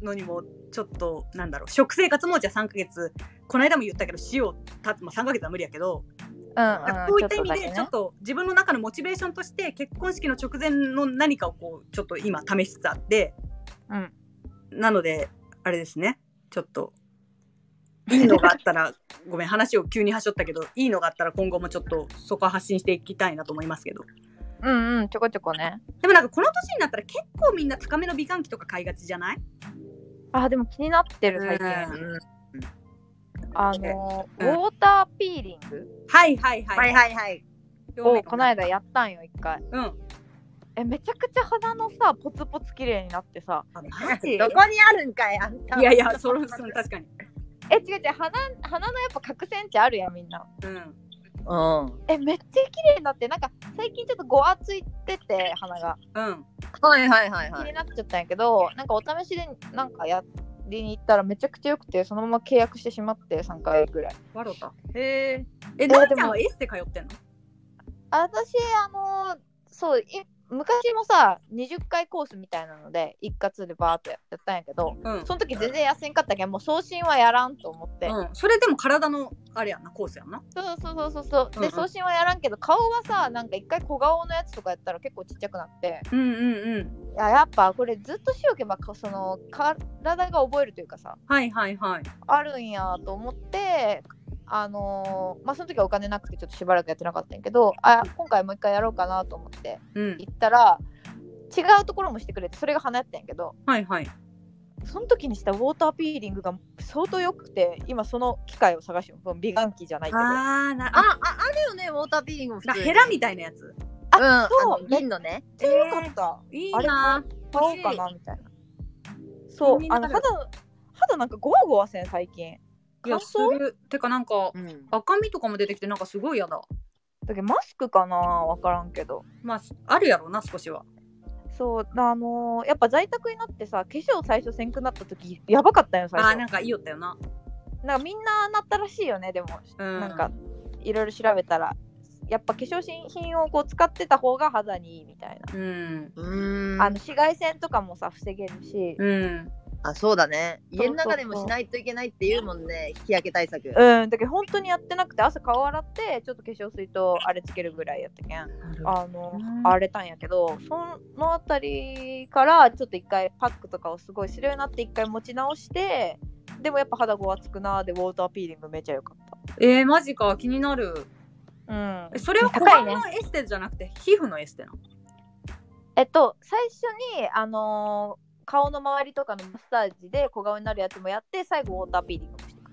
[SPEAKER 1] のにもちょっとなんだろう食生活もじゃあ3ヶ月この間も言ったけど塩をた、まあ、3ヶ月は無理やけど、
[SPEAKER 3] うん
[SPEAKER 1] なんかそ
[SPEAKER 3] うん
[SPEAKER 1] ういった意味でちょっ
[SPEAKER 3] と
[SPEAKER 1] と自分の中のモチベーションとして結婚式の直前の何かをこうちょっと今試しつつあって、
[SPEAKER 3] うん
[SPEAKER 1] なのであれですねちょっといいのがあったらごめん話を急に端折ったけどいいのがあったら今後もちょっとそこは発信していきたいなと思いますけど
[SPEAKER 3] だけねうんうんちょこちょこね
[SPEAKER 1] でもなんかこの年になったら結構みんな高めの美顔器とか買いがちじゃない
[SPEAKER 3] あでも気になってる最近
[SPEAKER 1] うん
[SPEAKER 3] あの、
[SPEAKER 1] うん
[SPEAKER 3] ウォーターピーリング
[SPEAKER 1] はいはいはい。
[SPEAKER 4] はいはいはい。
[SPEAKER 1] 表
[SPEAKER 3] を
[SPEAKER 1] 面
[SPEAKER 3] この間やったんよ一回
[SPEAKER 1] うん。
[SPEAKER 3] えめちゃくちゃ鼻のさポツポツ綺麗になってさ
[SPEAKER 1] マジ
[SPEAKER 4] どこにあるんかいあんた
[SPEAKER 1] いやいや、それ、それ確かに。
[SPEAKER 3] え違う違う鼻鼻のやっぱ角線値あるやんみんな
[SPEAKER 1] うん。
[SPEAKER 4] うん。
[SPEAKER 3] えめっちゃ綺麗になってなんか最近ちょっとごわついてて鼻が
[SPEAKER 1] うん。
[SPEAKER 4] はいはいはい
[SPEAKER 3] 気
[SPEAKER 4] は
[SPEAKER 3] に
[SPEAKER 4] い。
[SPEAKER 3] なっちゃったんやけど、なんかお試しでなんかやりに行ったらめちゃくちゃ良くてそのまま契約してしまって3回ぐらい
[SPEAKER 1] わろた。へえ。え、
[SPEAKER 3] でも
[SPEAKER 1] なちゃんはエステ通ってんの
[SPEAKER 3] あ私あのーそうい昔もさ20回コースみたいなので一括でバーっとやったんやけど
[SPEAKER 1] うん。
[SPEAKER 3] その時全然痩せんかったけんもう送信はやらんと思って、
[SPEAKER 1] うん。それでも体の、あれやんな、コースやんな。
[SPEAKER 3] そうそうそうそうそう
[SPEAKER 1] うんう
[SPEAKER 3] で
[SPEAKER 1] ん
[SPEAKER 3] 送信はやらんけど顔はさなんか一回小顔のやつとかやったら結構ちっちゃくなって
[SPEAKER 1] うんうんうん。
[SPEAKER 3] いややっぱこれずっとしておけばかその体が覚えるというかさ
[SPEAKER 1] はいはいはい。
[SPEAKER 3] あるんやと思ってあのーまあその時はお金なくてちょっとしばらくやってなかったんやけどあ今回もう一回やろうかなと思って
[SPEAKER 1] うん。
[SPEAKER 3] 行ったら違うところもしてくれてそれが花やったんやけど
[SPEAKER 1] はいはい。
[SPEAKER 3] その時にしたウォーターピーリングが相当良くて今その機械を探しても美顔器じゃないけどあ
[SPEAKER 1] あー、な、
[SPEAKER 4] あ、あ、あるよね、ウォーターピーリングも普
[SPEAKER 1] な
[SPEAKER 4] 通に。
[SPEAKER 1] ヘラみたいなやつ。
[SPEAKER 4] うん、あ
[SPEAKER 3] そう
[SPEAKER 4] の
[SPEAKER 3] めっ
[SPEAKER 4] 瓶のね。
[SPEAKER 3] ちゃ良かった、
[SPEAKER 1] いい
[SPEAKER 3] あれ
[SPEAKER 1] な。
[SPEAKER 3] 買おうかなみたいなそう
[SPEAKER 1] みんな
[SPEAKER 3] あの肌肌なんかゴワゴワせん最近
[SPEAKER 1] いや、
[SPEAKER 3] 乾燥
[SPEAKER 1] する。てか、なんか、
[SPEAKER 4] うん。
[SPEAKER 1] 赤みとかも出てきて、なんかすごい嫌だ。
[SPEAKER 3] だけどマスクかなわからんけど
[SPEAKER 1] まあ、あるやろうな、少しは。
[SPEAKER 3] そうあのーやっぱ在宅になってさ化粧最初せんくなった時やばかったよ最
[SPEAKER 1] あ
[SPEAKER 3] 初
[SPEAKER 1] ー、なんかいいよったよな。
[SPEAKER 3] なんかみんななったらしいよねでも、
[SPEAKER 1] うん
[SPEAKER 3] なんかいろいろ調べたらやっぱ化粧品をこう使ってた方が肌にいいみたいな、
[SPEAKER 1] うん。
[SPEAKER 4] うーん。
[SPEAKER 3] あの紫外線とかもさ防げるし
[SPEAKER 1] うん。
[SPEAKER 4] あ、そうだね。家の中でも
[SPEAKER 3] そうそうそう
[SPEAKER 4] しないといけないって言うもんね、日焼け対 策。
[SPEAKER 3] うんだけど本当にやってなくて朝顔洗ってちょっと化粧水とあれつけるぐらいやったけんあの
[SPEAKER 1] うん
[SPEAKER 3] 荒れたんやけどそのあたりからちょっと一回パックとかをすごいするようになって一回持ち直してでもやっぱ肌ごわつくなーでウォーターピーリングめちゃ良かっ
[SPEAKER 1] えー、マジか、気になる。
[SPEAKER 3] たうん
[SPEAKER 1] えそれは小
[SPEAKER 3] 高い
[SPEAKER 1] 顔
[SPEAKER 3] ね
[SPEAKER 1] のエステじゃなくて、皮膚のエステなの。
[SPEAKER 3] えっと最初にあのー顔の周りとかのマッサージで小顔になるやつもやって最後ウォーターピーリングもしてく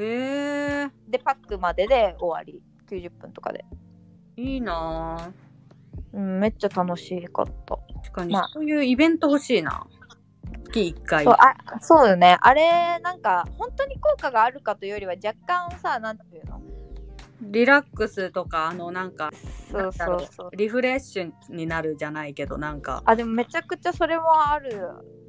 [SPEAKER 3] れ
[SPEAKER 1] えー、
[SPEAKER 3] でパックまでで終わり90分とかで、
[SPEAKER 1] いいな
[SPEAKER 3] うん、めっちゃ楽しかった
[SPEAKER 1] ぁ確かに、
[SPEAKER 3] まあ
[SPEAKER 1] そういうイベント欲しいな。月1回。
[SPEAKER 3] そうあそうよねあれなんか本当に効果があるかというよりは若干さなんていうの
[SPEAKER 1] リラックスとか、あの、なんか、
[SPEAKER 3] そうそうそう
[SPEAKER 1] リフレッシュになるじゃないけど、なんか。
[SPEAKER 3] あでもめちゃくちゃそれもある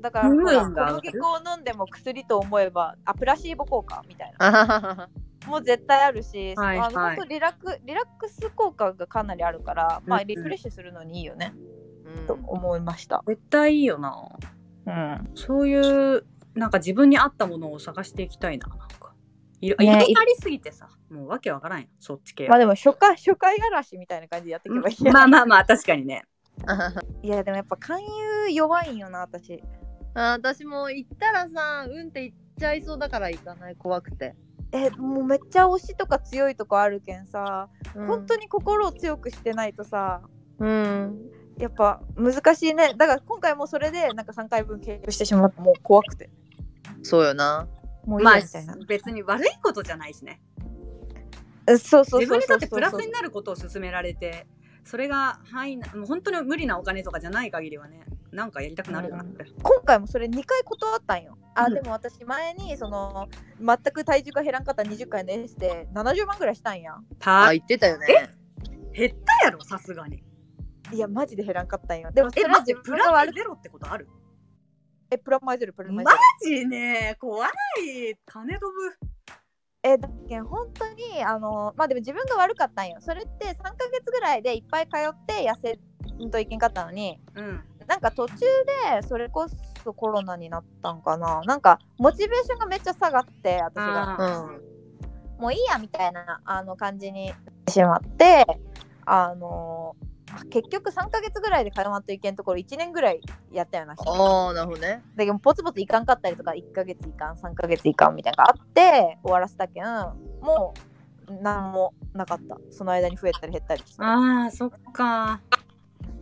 [SPEAKER 3] だから
[SPEAKER 1] う
[SPEAKER 3] ほ
[SPEAKER 1] ん
[SPEAKER 3] ら小麦粉を飲んでも薬と思えばあプラシーボ効果みたいな
[SPEAKER 4] あははは
[SPEAKER 3] もう絶対あるし、
[SPEAKER 1] はい
[SPEAKER 3] あの
[SPEAKER 1] はい
[SPEAKER 3] 本当リラックリラックス効果がかなりあるから、ま
[SPEAKER 1] うん
[SPEAKER 3] あ、
[SPEAKER 1] うん
[SPEAKER 3] リフレッシュするのにいいよね、
[SPEAKER 4] うん
[SPEAKER 3] と思いました、
[SPEAKER 1] 絶対いいよな
[SPEAKER 3] うん、
[SPEAKER 1] そういう、なんか自分に合ったものを探していきたいな。なんか。いろいろ
[SPEAKER 3] ね
[SPEAKER 1] いろありすぎてさ、もうわけわからんよ、そっち系
[SPEAKER 3] まあ
[SPEAKER 1] は。
[SPEAKER 3] でも初回初回嵐みたいな感じでやっていけばいいや、
[SPEAKER 1] まあまあまあ、確かにね。
[SPEAKER 3] いやでもやっぱ勧誘弱いんよな私
[SPEAKER 4] あ私も行ったらさ、うんって言っちゃいそうだから行かない、怖くて。
[SPEAKER 3] えもうめっちゃ推しとか強いとこあるけんさ、本当
[SPEAKER 4] に。
[SPEAKER 3] に心を強くしてないとさ
[SPEAKER 4] うん。
[SPEAKER 3] やっぱ難しいねだから今回もそれでなんか3回分契約してしまったもう怖くて
[SPEAKER 4] そうよな。
[SPEAKER 3] もういい
[SPEAKER 1] ま
[SPEAKER 3] や
[SPEAKER 1] あ
[SPEAKER 3] みたいな、、
[SPEAKER 1] 別に悪いことじゃないしね。
[SPEAKER 3] えそうそうそうそう
[SPEAKER 1] 自分にとってプラス
[SPEAKER 3] そう
[SPEAKER 1] になることを勧められてそれが範囲なもう本当に無理なお金とかじゃない限りはねなんかやりたくなるよなって、
[SPEAKER 3] 今回もそれ2回断ったんよあ、
[SPEAKER 1] うん
[SPEAKER 3] でも私前にその全く体重が減らんかった20回のエステ70万ぐらいしたんや
[SPEAKER 1] た
[SPEAKER 4] あ、行ってたよね。
[SPEAKER 1] 減ったやろさすがに
[SPEAKER 3] いやマジで減らんかったんよでもそ
[SPEAKER 1] え
[SPEAKER 3] れは
[SPEAKER 1] マ
[SPEAKER 3] 自
[SPEAKER 1] ジプ
[SPEAKER 3] 分
[SPEAKER 1] ラ
[SPEAKER 3] が
[SPEAKER 1] マイ
[SPEAKER 3] 悪い
[SPEAKER 1] ゼロってことある
[SPEAKER 3] えプラマイゼロプラマイ
[SPEAKER 1] マ
[SPEAKER 3] ゼロ
[SPEAKER 1] ジね怖い金飛ぶ
[SPEAKER 3] えだっけん本当にあのまあでも自分が悪かったんよそれって3ヶ月ぐらいでいっぱい通って痩せんといけんかったのに
[SPEAKER 1] うん
[SPEAKER 3] なんか途中でそれこそコロナになったんかななんかモチベーションがめっちゃ下がって私が
[SPEAKER 4] う
[SPEAKER 1] あ
[SPEAKER 4] ん。
[SPEAKER 3] もういいやみたいなあの感じにしてしまってあの結局3ヶ月ぐらいで通わんといけんところ1年ぐらいやったような人
[SPEAKER 4] ああ、なるほどね。
[SPEAKER 3] でもポツポツいかんかったりとか1ヶ月いかん3ヶ月いかんみたいなのがあって終わらせたけんもう何もなかったその間に増えたり減ったりして
[SPEAKER 1] ああそっか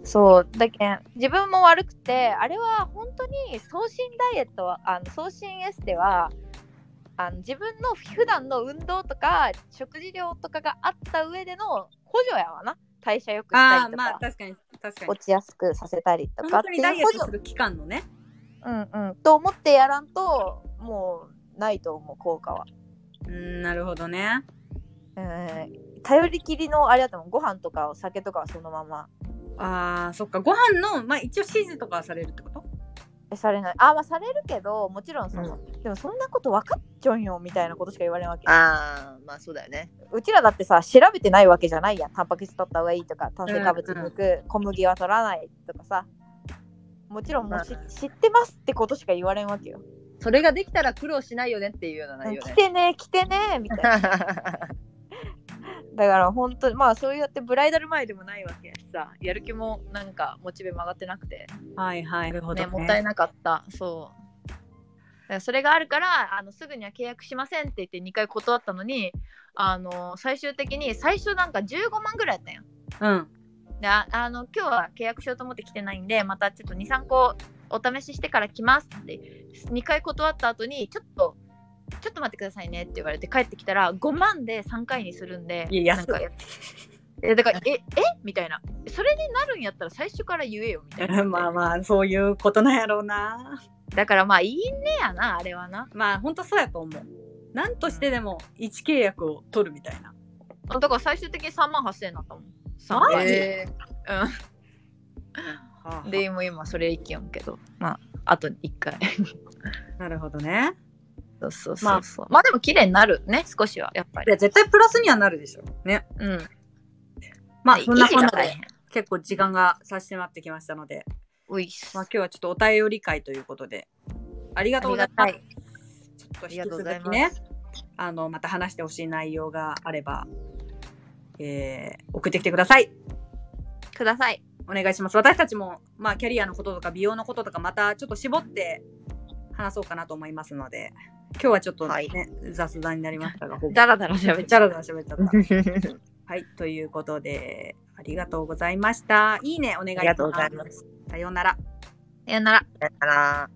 [SPEAKER 3] そうだけん自分も悪くてあれは本当に送信ダイエットはあの送信エステはあの自分の普段の運動とか食事量とかがあった上での補助やわな代謝よくしたり
[SPEAKER 1] ああ
[SPEAKER 3] とか、
[SPEAKER 1] まあ確かに確かに
[SPEAKER 3] 落ちやすくさせたりとか
[SPEAKER 1] 本当
[SPEAKER 3] ってい
[SPEAKER 1] にダイエッ
[SPEAKER 3] う補
[SPEAKER 1] トす
[SPEAKER 3] 助、
[SPEAKER 1] る期間のね
[SPEAKER 3] うんうん、と思ってやらんともうないと思う効果は、
[SPEAKER 1] うんなるほどね
[SPEAKER 3] うん、頼りきりのあれだと思うご飯とかお酒とかはそのまま
[SPEAKER 1] あーそっかご飯のまあ一応指示とかはされるってこと
[SPEAKER 3] えされないあまあされるけどもちろんその、でもそんなこと分かっちょんよみたいなことしか言われんわけ
[SPEAKER 4] ああまあそうだよね
[SPEAKER 3] うちらだってさ調べてないわけじゃないやんタンパク質取った方がいいとか炭水化物抜く、小麦は取らないとかさもちろんもうし、
[SPEAKER 4] まあ
[SPEAKER 3] 知ってますってことしか言われんわけよ、
[SPEAKER 4] それができたら苦労しないよねっていうような内容
[SPEAKER 3] 来
[SPEAKER 4] ね
[SPEAKER 3] てね来てねみたい なだから本当にまあそうやってブライダル前でもないわけやしさ
[SPEAKER 5] やる気もなんかモチベ曲がってなくて、
[SPEAKER 1] はいはいなるほど
[SPEAKER 5] ね、
[SPEAKER 1] ね
[SPEAKER 5] もったいなかったそうだからそれがあるからあのすぐには契約しませんって言って2回断ったのにあの最終的に最初なんか15万ぐらいやったんよ
[SPEAKER 1] うん
[SPEAKER 5] でああの今日は契約しようと思って来てないんでまたちょっと23個お試ししてから来ますって2回断った後にちょっとちょっと待ってくださいねって言われて帰ってきたら5万で3回にするんで
[SPEAKER 1] いや安い
[SPEAKER 5] なんかえだからええみたいなそれになるんやったら最初から言えよみたいな
[SPEAKER 1] まあまあそういうことなんやろうな
[SPEAKER 5] だからまあいいねやなあれはな
[SPEAKER 1] まあ本当そうやと思うなんとしてでも一契約を取るみたいな
[SPEAKER 5] だから最終的に3万8000円だったもん三
[SPEAKER 1] マジ
[SPEAKER 5] え
[SPEAKER 1] は
[SPEAKER 5] ー
[SPEAKER 1] あ
[SPEAKER 5] でもう今それ一件やけどまああと1回
[SPEAKER 1] なるほどね
[SPEAKER 5] そうそうそうそうまあでも綺麗になるね少しはやっぱ
[SPEAKER 1] い
[SPEAKER 5] り
[SPEAKER 1] や絶対プラスにはなるでしょね
[SPEAKER 5] うん
[SPEAKER 1] まあ
[SPEAKER 5] で
[SPEAKER 1] そんなこ
[SPEAKER 5] 維持
[SPEAKER 1] と
[SPEAKER 5] が大
[SPEAKER 1] で
[SPEAKER 5] 変
[SPEAKER 1] 結構時間が差し迫ってきましたので、
[SPEAKER 5] ういっす
[SPEAKER 1] まあ、今日はちょっとお便り会ということでありがとうございます
[SPEAKER 5] あり
[SPEAKER 1] ちょっと
[SPEAKER 5] ありがとう
[SPEAKER 1] 引き
[SPEAKER 5] ご
[SPEAKER 1] 続
[SPEAKER 5] ざい
[SPEAKER 1] き
[SPEAKER 5] ま
[SPEAKER 1] ねあのまた話してほしい内容があれば、えー送ってきてください
[SPEAKER 5] ください
[SPEAKER 1] お願いします私たちも、まあ、キャリアのこととか美容のこととかまたちょっと絞って話そうかなと思いますので今日はちょっとね、
[SPEAKER 4] はい
[SPEAKER 1] 雑談になりま したがほぼ
[SPEAKER 5] だらだら喋っちゃ
[SPEAKER 1] ダラダラ喋っちゃったはい、ということで、ありがとうございました。いいね、お願いします。。
[SPEAKER 4] ありがとうございます
[SPEAKER 1] さようなら。
[SPEAKER 5] う。さよなら。
[SPEAKER 4] だから